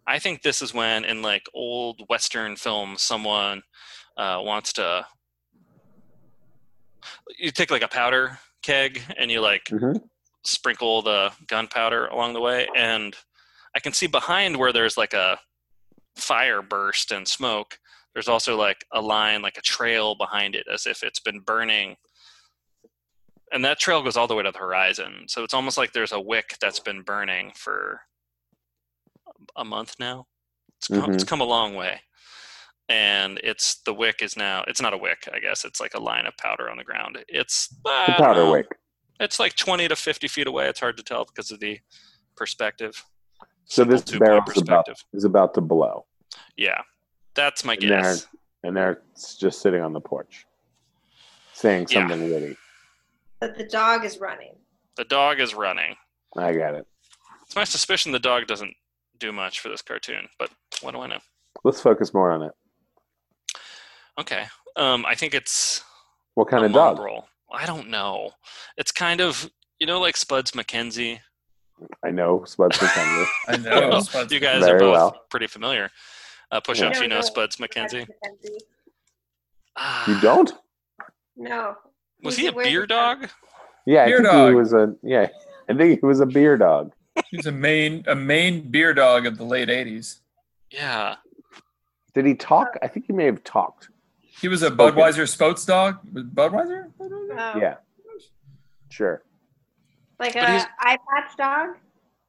Speaker 1: I think this is when in like old Western films, someone uh, wants to. You take like a powder keg and you like
Speaker 3: Mhm.
Speaker 1: sprinkle the gunpowder along the way, and I can see behind where there's like a fire burst and smoke. There's also like a line, like a trail behind it, as if it's been burning and that trail goes all the way to the horizon. So it's almost like there's a wick that's been burning for a month now. It's come, it's come a long way, and it's the wick is now. It's not a wick, I guess. It's like a line of powder on the ground. It's uh,
Speaker 3: The powder
Speaker 1: um,
Speaker 3: wick.
Speaker 1: It's like twenty to fifty feet away. It's hard to tell because of the perspective.
Speaker 3: So this
Speaker 1: Simple two-point
Speaker 3: barrel's about is about to blow,
Speaker 1: Yeah, that's my
Speaker 3: And there-
Speaker 1: guess.
Speaker 3: and they're just sitting on the porch, saying
Speaker 1: Yeah.
Speaker 3: something witty.
Speaker 2: But the dog is running.
Speaker 1: The dog is running.
Speaker 3: I got it.
Speaker 1: It's my suspicion the dog doesn't do much for this cartoon, but what do I know?
Speaker 3: Let's focus more on it.
Speaker 1: Okay. Um, I think it's
Speaker 3: What kind
Speaker 1: a
Speaker 3: of dog?
Speaker 1: mongrel. I don't know. It's kind of you know like Spuds McKenzie.
Speaker 3: I know Spuds Pretender.
Speaker 4: I know.
Speaker 1: You guys
Speaker 3: Very
Speaker 1: are both
Speaker 3: well.
Speaker 1: pretty familiar. Uh, push ups,
Speaker 2: Yeah.
Speaker 1: you know
Speaker 2: No, no.
Speaker 1: Spuds McKenzie. Ah,
Speaker 3: you don't?
Speaker 2: No.
Speaker 1: Was
Speaker 2: He's
Speaker 1: he a
Speaker 2: weird-
Speaker 1: beer dog?
Speaker 3: Yeah,
Speaker 4: Beer
Speaker 3: I think
Speaker 4: dog.
Speaker 3: he was a yeah. I think he was a beer dog.
Speaker 4: He's a main a main beer dog of the late '80s.
Speaker 1: Yeah.
Speaker 3: Did he talk? I think he may have talked.
Speaker 4: He was a
Speaker 3: Spoken.
Speaker 4: Budweiser Spotes dog. Was Budweiser? Budweiser?
Speaker 2: Oh.
Speaker 3: Yeah. Sure.
Speaker 2: Like
Speaker 1: But he's-
Speaker 2: a eye patch dog?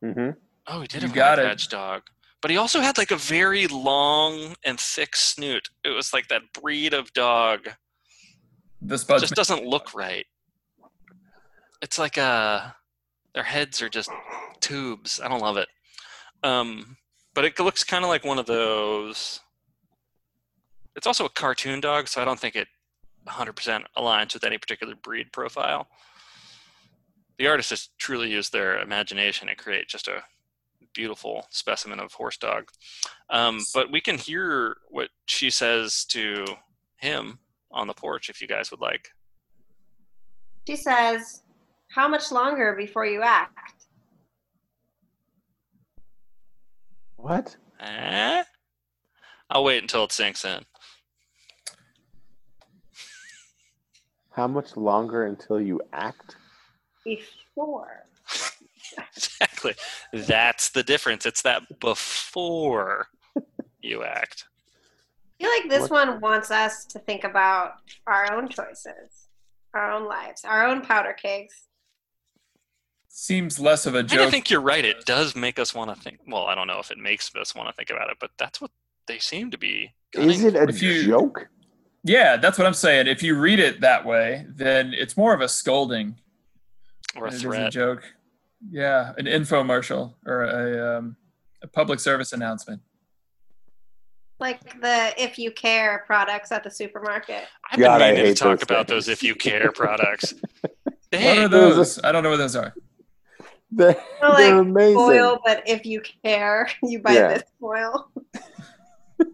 Speaker 3: hmm
Speaker 1: Oh, he did
Speaker 4: You
Speaker 1: have
Speaker 4: got
Speaker 1: a
Speaker 4: it.
Speaker 1: patch dog. But he also had like a very long and thick snoot. It was like that breed of dog
Speaker 4: The Spuds.
Speaker 1: just doesn't look right. It's like uh their heads are just tubes. I don't love it. Um but it looks kind of like one of those. It's also a cartoon dog, so I don't think it 100% aligns with any particular breed profile. The artist has truly used their imagination to create just a beautiful specimen of horse dog. Um, but we can hear what she says to him on the porch if you guys would like.
Speaker 2: She says, How much longer before you act?
Speaker 3: What?
Speaker 1: Eh? I'll wait until it sinks in.
Speaker 3: How much longer until you act?
Speaker 2: Before.
Speaker 1: exactly. That's the difference. It's that before you act.
Speaker 2: I feel like this one wants us to think about our own choices, our own lives, our own powder cakes.
Speaker 4: Seems less of a
Speaker 1: And I
Speaker 4: joke.
Speaker 1: think you're right. It does make us want to think. Well, I don't know if it makes us want to think about it, but that's what they seem to be. gunning
Speaker 3: Is it a
Speaker 4: If you-
Speaker 3: joke?
Speaker 4: yeah, that's what I'm saying. If you read it that way, then it's more of a scolding
Speaker 1: or a
Speaker 4: than it is
Speaker 1: threat?
Speaker 4: joke. Yeah, an infomercial or a, um, a public service announcement.
Speaker 2: Like the If You Care products at the supermarket.
Speaker 1: I've been
Speaker 3: God, I
Speaker 1: meaning to
Speaker 3: hate
Speaker 1: talk
Speaker 3: those
Speaker 1: about
Speaker 3: things.
Speaker 1: those if you care products.
Speaker 4: What are
Speaker 1: Dang,
Speaker 3: Those are-
Speaker 4: those? I don't know what those are.
Speaker 3: They're,
Speaker 2: Oh, like,
Speaker 3: they're amazing.
Speaker 2: Oil, but if you care, you buy
Speaker 3: Yeah.
Speaker 2: this oil.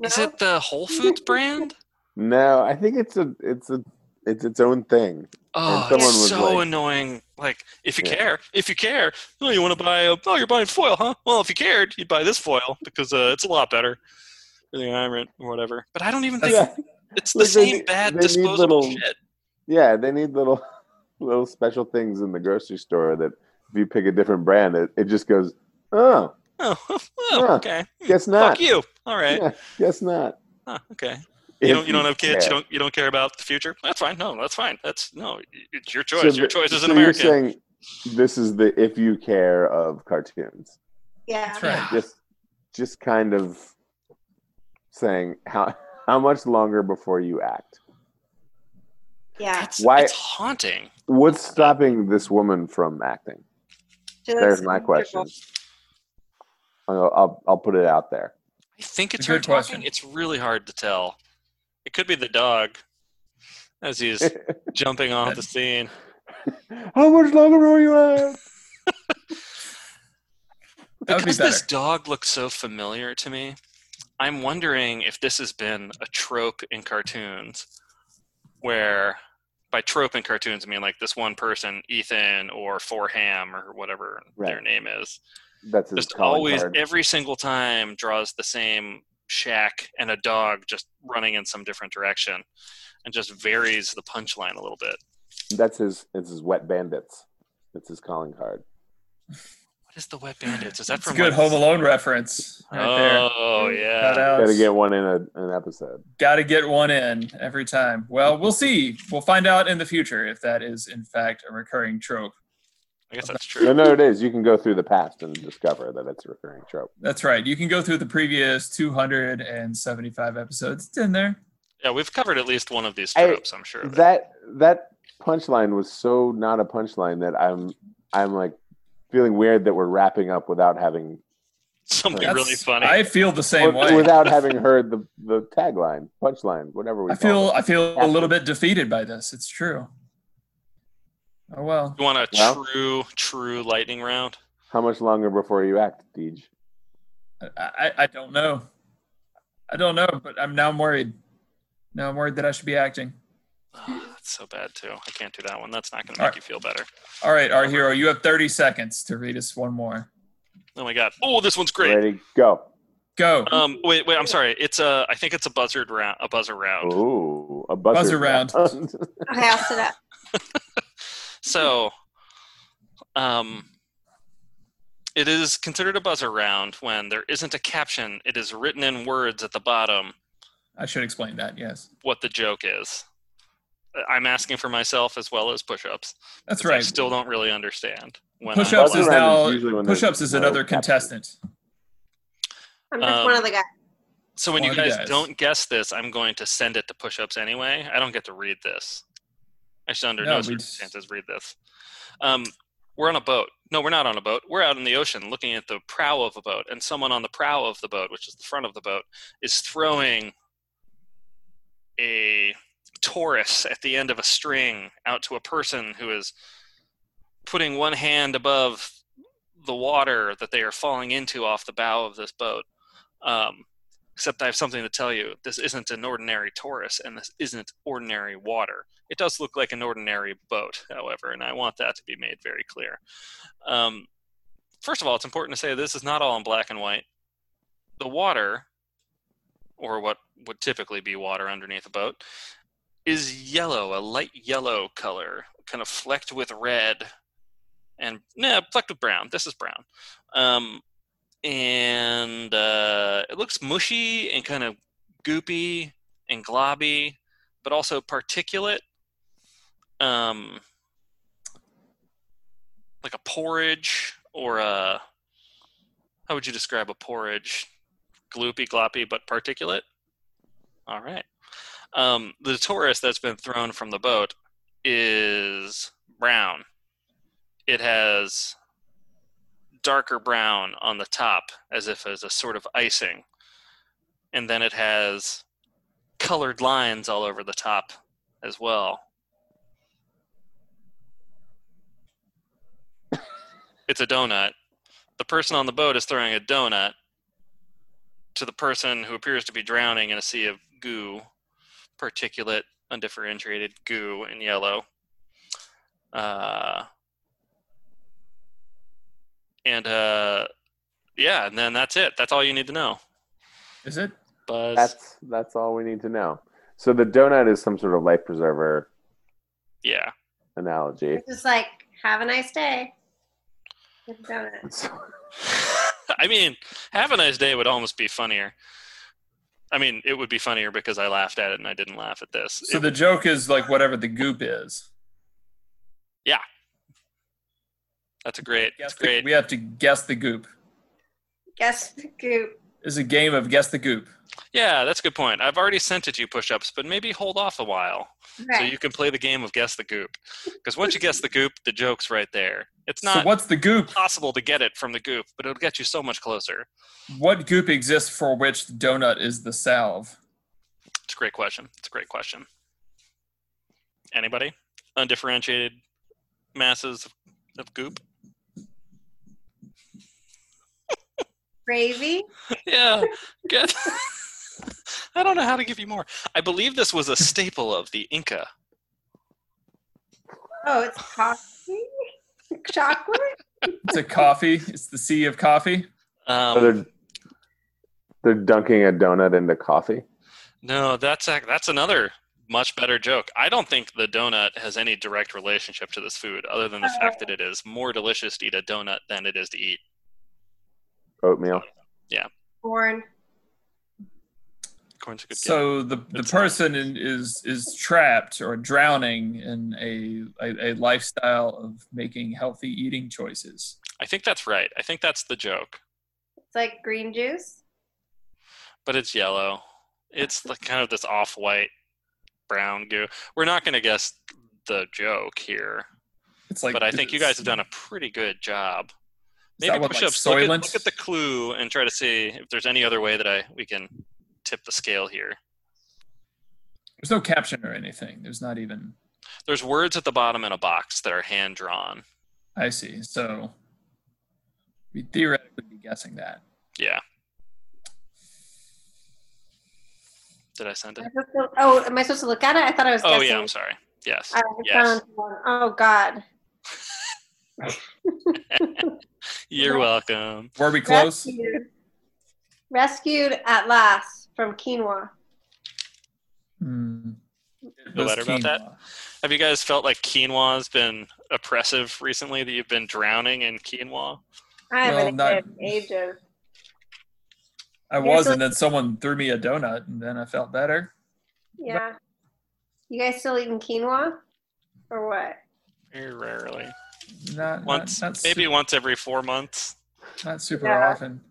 Speaker 1: is
Speaker 2: No?
Speaker 1: it the Whole Foods brand?
Speaker 3: No, I think it's a it's a it's its own thing.
Speaker 1: Oh,
Speaker 3: someone
Speaker 1: it's
Speaker 3: was
Speaker 1: so
Speaker 3: like-
Speaker 1: annoying. Like, if you
Speaker 3: Yeah.
Speaker 1: care, if you care, oh, you want to buy, a, oh, you're buying foil, huh? Well, if you cared, you'd buy this foil because uh, it's a lot better for the environment or whatever. But I don't even think
Speaker 3: Yeah,
Speaker 1: it's the
Speaker 3: Like, they
Speaker 1: same
Speaker 3: need-
Speaker 1: bad
Speaker 3: they need
Speaker 1: disposable
Speaker 3: little-
Speaker 1: shit.
Speaker 3: yeah, they need little little special things in the grocery store that if you pick a different brand, it, it just goes, oh,
Speaker 1: Oh, oh,
Speaker 3: Huh,
Speaker 1: okay. Hmm,
Speaker 3: guess not.
Speaker 1: Fuck you. All right.
Speaker 3: Yeah, guess not.
Speaker 1: Huh, okay.
Speaker 3: If
Speaker 1: You don't, you don't have kids.
Speaker 3: care.
Speaker 1: You don't. You don't care about the future. That's fine. No, that's fine. That's no. It's your
Speaker 3: So
Speaker 1: choice. your
Speaker 3: the-
Speaker 1: choice as an
Speaker 3: so
Speaker 1: American.
Speaker 3: You're saying this is the if you care of cartoons.
Speaker 2: Yeah.
Speaker 4: That's right.
Speaker 3: Just just kind of saying how how much longer before you act.
Speaker 2: Yeah.
Speaker 1: That's,
Speaker 3: Why-
Speaker 1: It's haunting.
Speaker 3: What's stopping this woman from acting?
Speaker 2: She looks
Speaker 3: There's my
Speaker 2: comfortable.
Speaker 3: question. I'll I'll, I'll put it out there.
Speaker 1: I think it's
Speaker 4: a
Speaker 1: her
Speaker 4: good
Speaker 1: talking.
Speaker 4: question.
Speaker 1: It's really hard to tell. It could be the dog as he's jumping off the scene.
Speaker 3: How much longer will you have?
Speaker 4: That would be
Speaker 1: Because this
Speaker 4: better.
Speaker 1: dog looks so familiar to me, I'm wondering if this has been a trope in cartoons where by trope in cartoons I mean like this one person, Ethan or Forham or whatever their
Speaker 3: Right.
Speaker 1: name is,
Speaker 3: That's his
Speaker 1: just
Speaker 3: calling
Speaker 1: always
Speaker 3: card.
Speaker 1: every single time draws the same shack and a dog just running in some different direction and just varies the punchline a little bit
Speaker 3: That's his. It's his wet bandits. That's his calling card.
Speaker 1: what is the wet bandits is that
Speaker 4: It's a
Speaker 1: from
Speaker 4: good
Speaker 1: like-
Speaker 4: Home Alone reference right there.
Speaker 1: oh
Speaker 4: Shout
Speaker 1: yeah
Speaker 4: outs.
Speaker 3: Got to get one in a, an episode.
Speaker 4: Gotta get one in every time. Well, we'll see. We'll find out in the future if that is in fact a recurring trope.
Speaker 1: i guess that's
Speaker 3: No,
Speaker 1: true
Speaker 3: no, it is. You can go through the past and discover that it's a recurring trope.
Speaker 4: That's right. You can go through the previous 275 episodes. It's in there.
Speaker 1: yeah we've covered at least one of these
Speaker 3: I-
Speaker 1: tropes I, am sure of it.
Speaker 3: That that punchline was so not a punchline that I'm I'm like feeling weird that we're wrapping up without having
Speaker 1: something
Speaker 4: That's-
Speaker 1: really funny
Speaker 4: I feel the same
Speaker 3: or-
Speaker 4: way.
Speaker 3: without having heard the the tagline, punchline, whatever we
Speaker 4: I
Speaker 3: call
Speaker 4: feel
Speaker 3: it.
Speaker 4: I feel a little bit defeated by this. It's true. Oh well.
Speaker 1: you want a
Speaker 3: Well-
Speaker 1: true true lightning round
Speaker 3: How much longer before you act, Deej?
Speaker 4: I, I, I don't know. I don't know, but I'm now I'm worried. Now I'm worried that I should be acting.
Speaker 1: oh, that's so bad too i can't do that one that's not going to
Speaker 4: All
Speaker 1: make
Speaker 4: right.
Speaker 1: you feel better
Speaker 4: All right, our hero, you have 30 seconds to read us one more.
Speaker 1: oh my god oh this one's great
Speaker 3: Ready? Go.
Speaker 4: Go.
Speaker 1: Um, wait, wait. I'm sorry. It's a. I think it's a buzzard round. A buzzer round.
Speaker 3: Ooh, a buzzer,
Speaker 4: Buzzer round.
Speaker 2: I asked it up.
Speaker 1: So, um, it is considered a buzzer round when there isn't a caption. It is written in words at the bottom
Speaker 4: I should explain that. Yes.
Speaker 1: what the joke is. I'm asking for myself as well as push-ups.
Speaker 4: That's
Speaker 1: 'cause I
Speaker 4: right.
Speaker 1: still don't really understand. When I'm
Speaker 4: Push-ups
Speaker 1: allowed-
Speaker 4: is
Speaker 3: Buzzer round
Speaker 4: now
Speaker 3: is usually when there's
Speaker 4: push-ups is
Speaker 3: no
Speaker 4: another
Speaker 3: caption.
Speaker 4: contestant.
Speaker 2: I'm just
Speaker 1: Um,
Speaker 2: one of the guys.
Speaker 1: So when you
Speaker 4: One of you
Speaker 1: guys,
Speaker 4: guys.
Speaker 1: don't guess this, I'm going to send it to push-ups anyway. I don't get to read this. I should under
Speaker 4: No,
Speaker 1: no,
Speaker 4: we just-
Speaker 1: circumstances read this. Um, We're on a boat. No, we're not on a boat. We're out in the ocean looking at the prow of a boat, and someone on the prow of the boat, which is the front of the boat, is throwing a Taurus at the end of a string out to a person who is putting one hand above the water that they are falling into off the bow of this boat. Um, except I have something to tell you. This isn't an ordinary Taurus, and this isn't ordinary water. It does look like an ordinary boat, however, and I want that to be made very clear. Um, first of all, it's important to say this is not all in black and white. The water, or what would typically be water underneath a boat, is yellow, a light yellow color, kind of flecked with red, and nah, flecked with brown. This is brown. Um, and uh, it looks mushy and kind of goopy and globby, but also particulate, um, like a porridge or a how would you describe a porridge? Gloopy, gloppy, but particulate. All right. Um, the Taurus that's been thrown from the boat is brown. It has darker brown on the top as if as a sort of icing and then it has colored lines all over the top as well it's a donut the person on the boat is throwing a donut to the person who appears to be drowning in a sea of goo particulate undifferentiated goo in yellow uh, and uh yeah and then that's it that's all you need to know
Speaker 4: Is it?
Speaker 1: buzz
Speaker 3: That's that's all we need to know. So the donut is some sort of life preserver
Speaker 1: yeah
Speaker 3: analogy.
Speaker 2: It's just like, have a nice day. With a donut.
Speaker 1: i mean have a nice day would almost be funnier i mean it would be funnier because i laughed at it and i didn't laugh at this
Speaker 4: So
Speaker 1: It-
Speaker 4: the joke is like whatever the goop is.
Speaker 1: that's a great
Speaker 4: Guess
Speaker 1: that's
Speaker 4: the-
Speaker 1: great
Speaker 4: we have to guess the goop.
Speaker 2: Guess the goop.
Speaker 4: It's a game of guess the goop.
Speaker 1: yeah that's a good point i've already sent it to you push-ups but maybe hold off a while so
Speaker 2: Right.
Speaker 1: you can play the game of guess the goop because once you guess the goop the joke's right there it's not
Speaker 4: so what's the goop?
Speaker 1: possible to get it from the goop but it'll get you so much closer
Speaker 4: What goop exists for which the donut is the salve?
Speaker 1: It's a great question. It's a great question. Anybody? Undifferentiated masses of, of goop?
Speaker 2: Gravy.
Speaker 1: Yeah. Good. I don't know how to give you more. I believe this was a staple of the Inca.
Speaker 2: Oh, it's coffee. Chocolate.
Speaker 4: It's a coffee. It's the sea of coffee.
Speaker 3: So
Speaker 1: Um,
Speaker 3: they're they're dunking a donut into coffee.
Speaker 1: no, that's ac that's another much better joke. I don't think the donut has any direct relationship to this food, other than the fact that it is more delicious to eat a donut than it is to eat.
Speaker 3: Oatmeal.
Speaker 2: Corn.
Speaker 1: Corn's a good guess.
Speaker 4: So the, the
Speaker 1: It's-
Speaker 4: person in, is is trapped or drowning in a, a a lifestyle of making healthy eating choices.
Speaker 1: I think that's right. I think that's the joke.
Speaker 2: It's like green juice.
Speaker 1: but it's yellow. It's like kind of this off-white brown goo. We're not going to guess the joke here,
Speaker 4: It's like
Speaker 1: but I think you guys have done a pretty good job. Maybe push ups. look, at, look at the clue and try to see if there's any other way that I we can tip the scale here.
Speaker 4: There's no caption or anything. There's not even.
Speaker 1: There's words at the bottom in a box that are hand drawn.
Speaker 4: I see. So we theoretically be guessing that.
Speaker 1: Yeah. Did I send it?
Speaker 2: Am I supposed to- Oh, am I supposed to look at it? I thought I was
Speaker 1: Oh
Speaker 2: guessing.
Speaker 1: yeah, I'm sorry. Yes.
Speaker 2: I
Speaker 1: Yes.
Speaker 2: found one. Oh God.
Speaker 1: You're welcome.
Speaker 4: Were we close?
Speaker 2: Rescued, rescued at last from quinoa.
Speaker 4: Hmm. It
Speaker 1: Feel
Speaker 4: was
Speaker 1: better about that?
Speaker 4: quinoa.
Speaker 1: Have you guys felt like quinoa has been oppressive recently? That you've been drowning in quinoa?
Speaker 2: I haven't
Speaker 4: Well,
Speaker 2: had
Speaker 4: not-
Speaker 2: ages.
Speaker 4: I
Speaker 2: Here's
Speaker 4: was,
Speaker 2: a-
Speaker 4: and then someone threw me a donut, and then I felt better.
Speaker 2: Yeah. You guys still eating quinoa, or what?
Speaker 1: Very rarely.
Speaker 4: Not
Speaker 1: Once,
Speaker 4: not, not
Speaker 1: maybe once every four months.
Speaker 4: Not super
Speaker 2: Yeah.
Speaker 4: often.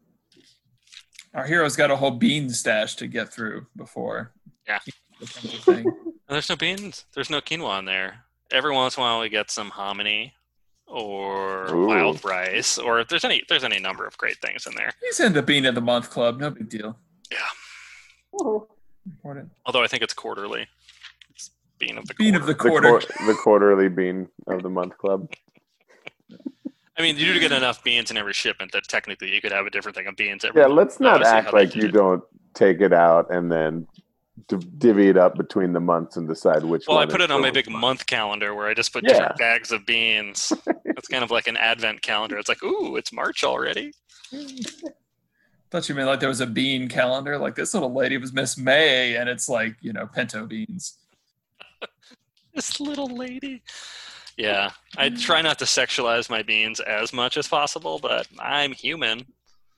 Speaker 4: Our hero's got a whole bean stash to get through before.
Speaker 1: Yeah.
Speaker 4: becomes a thing.
Speaker 1: There's no beans. There's no quinoa in there. Every once in a while, we get some hominy or
Speaker 3: Ooh.
Speaker 1: wild rice, or there's any there's any number of great things in there.
Speaker 4: He's in the bean of the month club. No big deal.
Speaker 2: Ooh.
Speaker 4: Important.
Speaker 1: Although I think it's quarterly. It's bean of the
Speaker 4: Bean
Speaker 1: quarter.
Speaker 4: of the
Speaker 3: The,
Speaker 4: quarter.
Speaker 3: quar- the quarterly bean of the month club.
Speaker 1: I mean, you do get enough beans in every shipment that technically you could have a different thing of beans every.
Speaker 3: Yeah, let's not
Speaker 1: Obviously, how
Speaker 3: act
Speaker 1: they
Speaker 3: like
Speaker 1: did
Speaker 3: you
Speaker 1: it.
Speaker 3: don't take it out and then d- divvy it up between the months and decide which
Speaker 1: well, I
Speaker 3: one.
Speaker 1: put
Speaker 3: is
Speaker 1: it on my
Speaker 3: which
Speaker 1: big month calendar where I just put
Speaker 3: Yeah.
Speaker 1: different bags of beans. It's kind of like an advent calendar. It's like, ooh, it's March already.
Speaker 4: Thought you meant like there was a bean calendar. Like this little lady was Miss May, and it's like you know pinto beans.
Speaker 1: This little lady. Yeah, I try not to sexualize my beans as much as possible, but I'm human.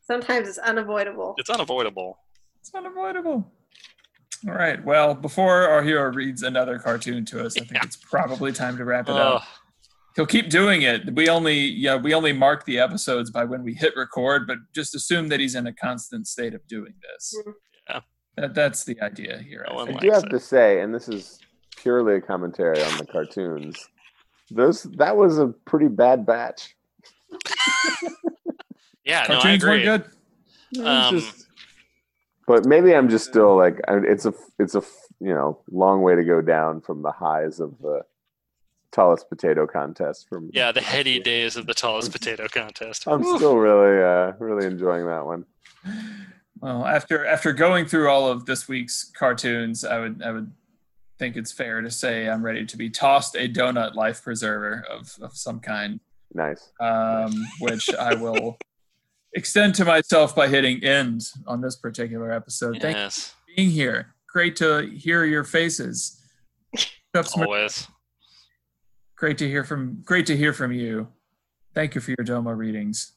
Speaker 2: Sometimes it's unavoidable.
Speaker 1: It's unavoidable.
Speaker 4: It's unavoidable. All right. Well, before our hero reads another cartoon to us, I think
Speaker 1: Yeah. Oh,
Speaker 4: it's probably time to wrap it up.
Speaker 1: Ugh.
Speaker 4: He'll keep doing it. We only yeah, we only mark the episodes by when we hit record, but just assume that he's in a constant state of doing this.
Speaker 1: Yeah.
Speaker 4: That, that's the idea here. I
Speaker 1: No one
Speaker 3: I
Speaker 4: think.
Speaker 1: like
Speaker 3: do have
Speaker 1: that.
Speaker 3: to say, and this is purely a commentary on the cartoons. Those that was a pretty bad batch.
Speaker 1: Yeah, no, I
Speaker 4: Cartoons
Speaker 1: agree.
Speaker 4: weren't good.
Speaker 3: It was
Speaker 1: Um,
Speaker 3: just- but maybe I'm just still like I- it's a it's a you know long way to go down from the highs of the tallest potato contest. From
Speaker 1: Yeah, the heady days of the tallest potato contest.
Speaker 3: I'm
Speaker 1: Woo.
Speaker 3: still really uh really enjoying that one.
Speaker 4: Well, after after going through all of this week's cartoons, I would I would think it's fair to say I'm ready to be tossed a donut life preserver of, of some kind.
Speaker 3: Nice.
Speaker 4: um, which I will extend to myself by hitting end on this particular episode. Thank you
Speaker 1: yes,
Speaker 4: for being here. Great to hear your faces. Chups,
Speaker 1: always. Oh.
Speaker 4: great to hear from great to hear from you. Thank you for your Domo readings.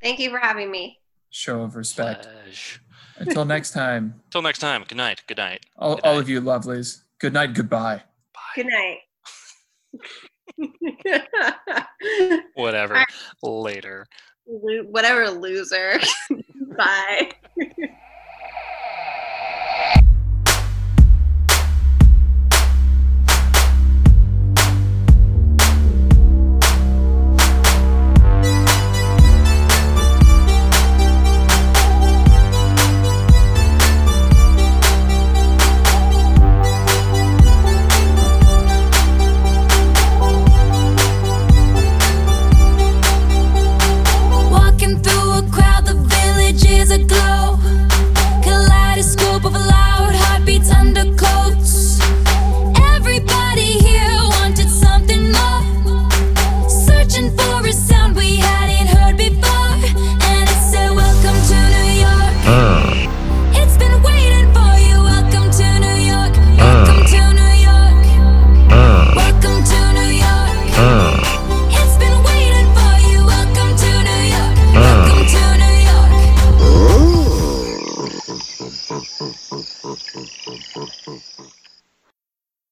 Speaker 2: Thank you for having me.
Speaker 4: Show of respect.
Speaker 1: Flash.
Speaker 4: Until next time,
Speaker 1: Till next time. Good night. Good night.
Speaker 4: all,
Speaker 1: Good
Speaker 4: all
Speaker 1: night.
Speaker 4: of you lovelies. Good night. Goodbye.
Speaker 2: Good night.
Speaker 1: Whatever. Later.
Speaker 2: Lo- Whatever, loser. Bye.
Speaker 5: Walking through a crowd, the village is aglow. Kaleidoscope of loud heartbeats under coats. Everybody here wanted something more. Searching for a sound we hadn't heard before. And it said, Welcome to New York. It's been waiting for you. Welcome to New York. Welcome to New York. Welcome to New York. It's been waiting for you. Welcome to New York. Welcome to New York.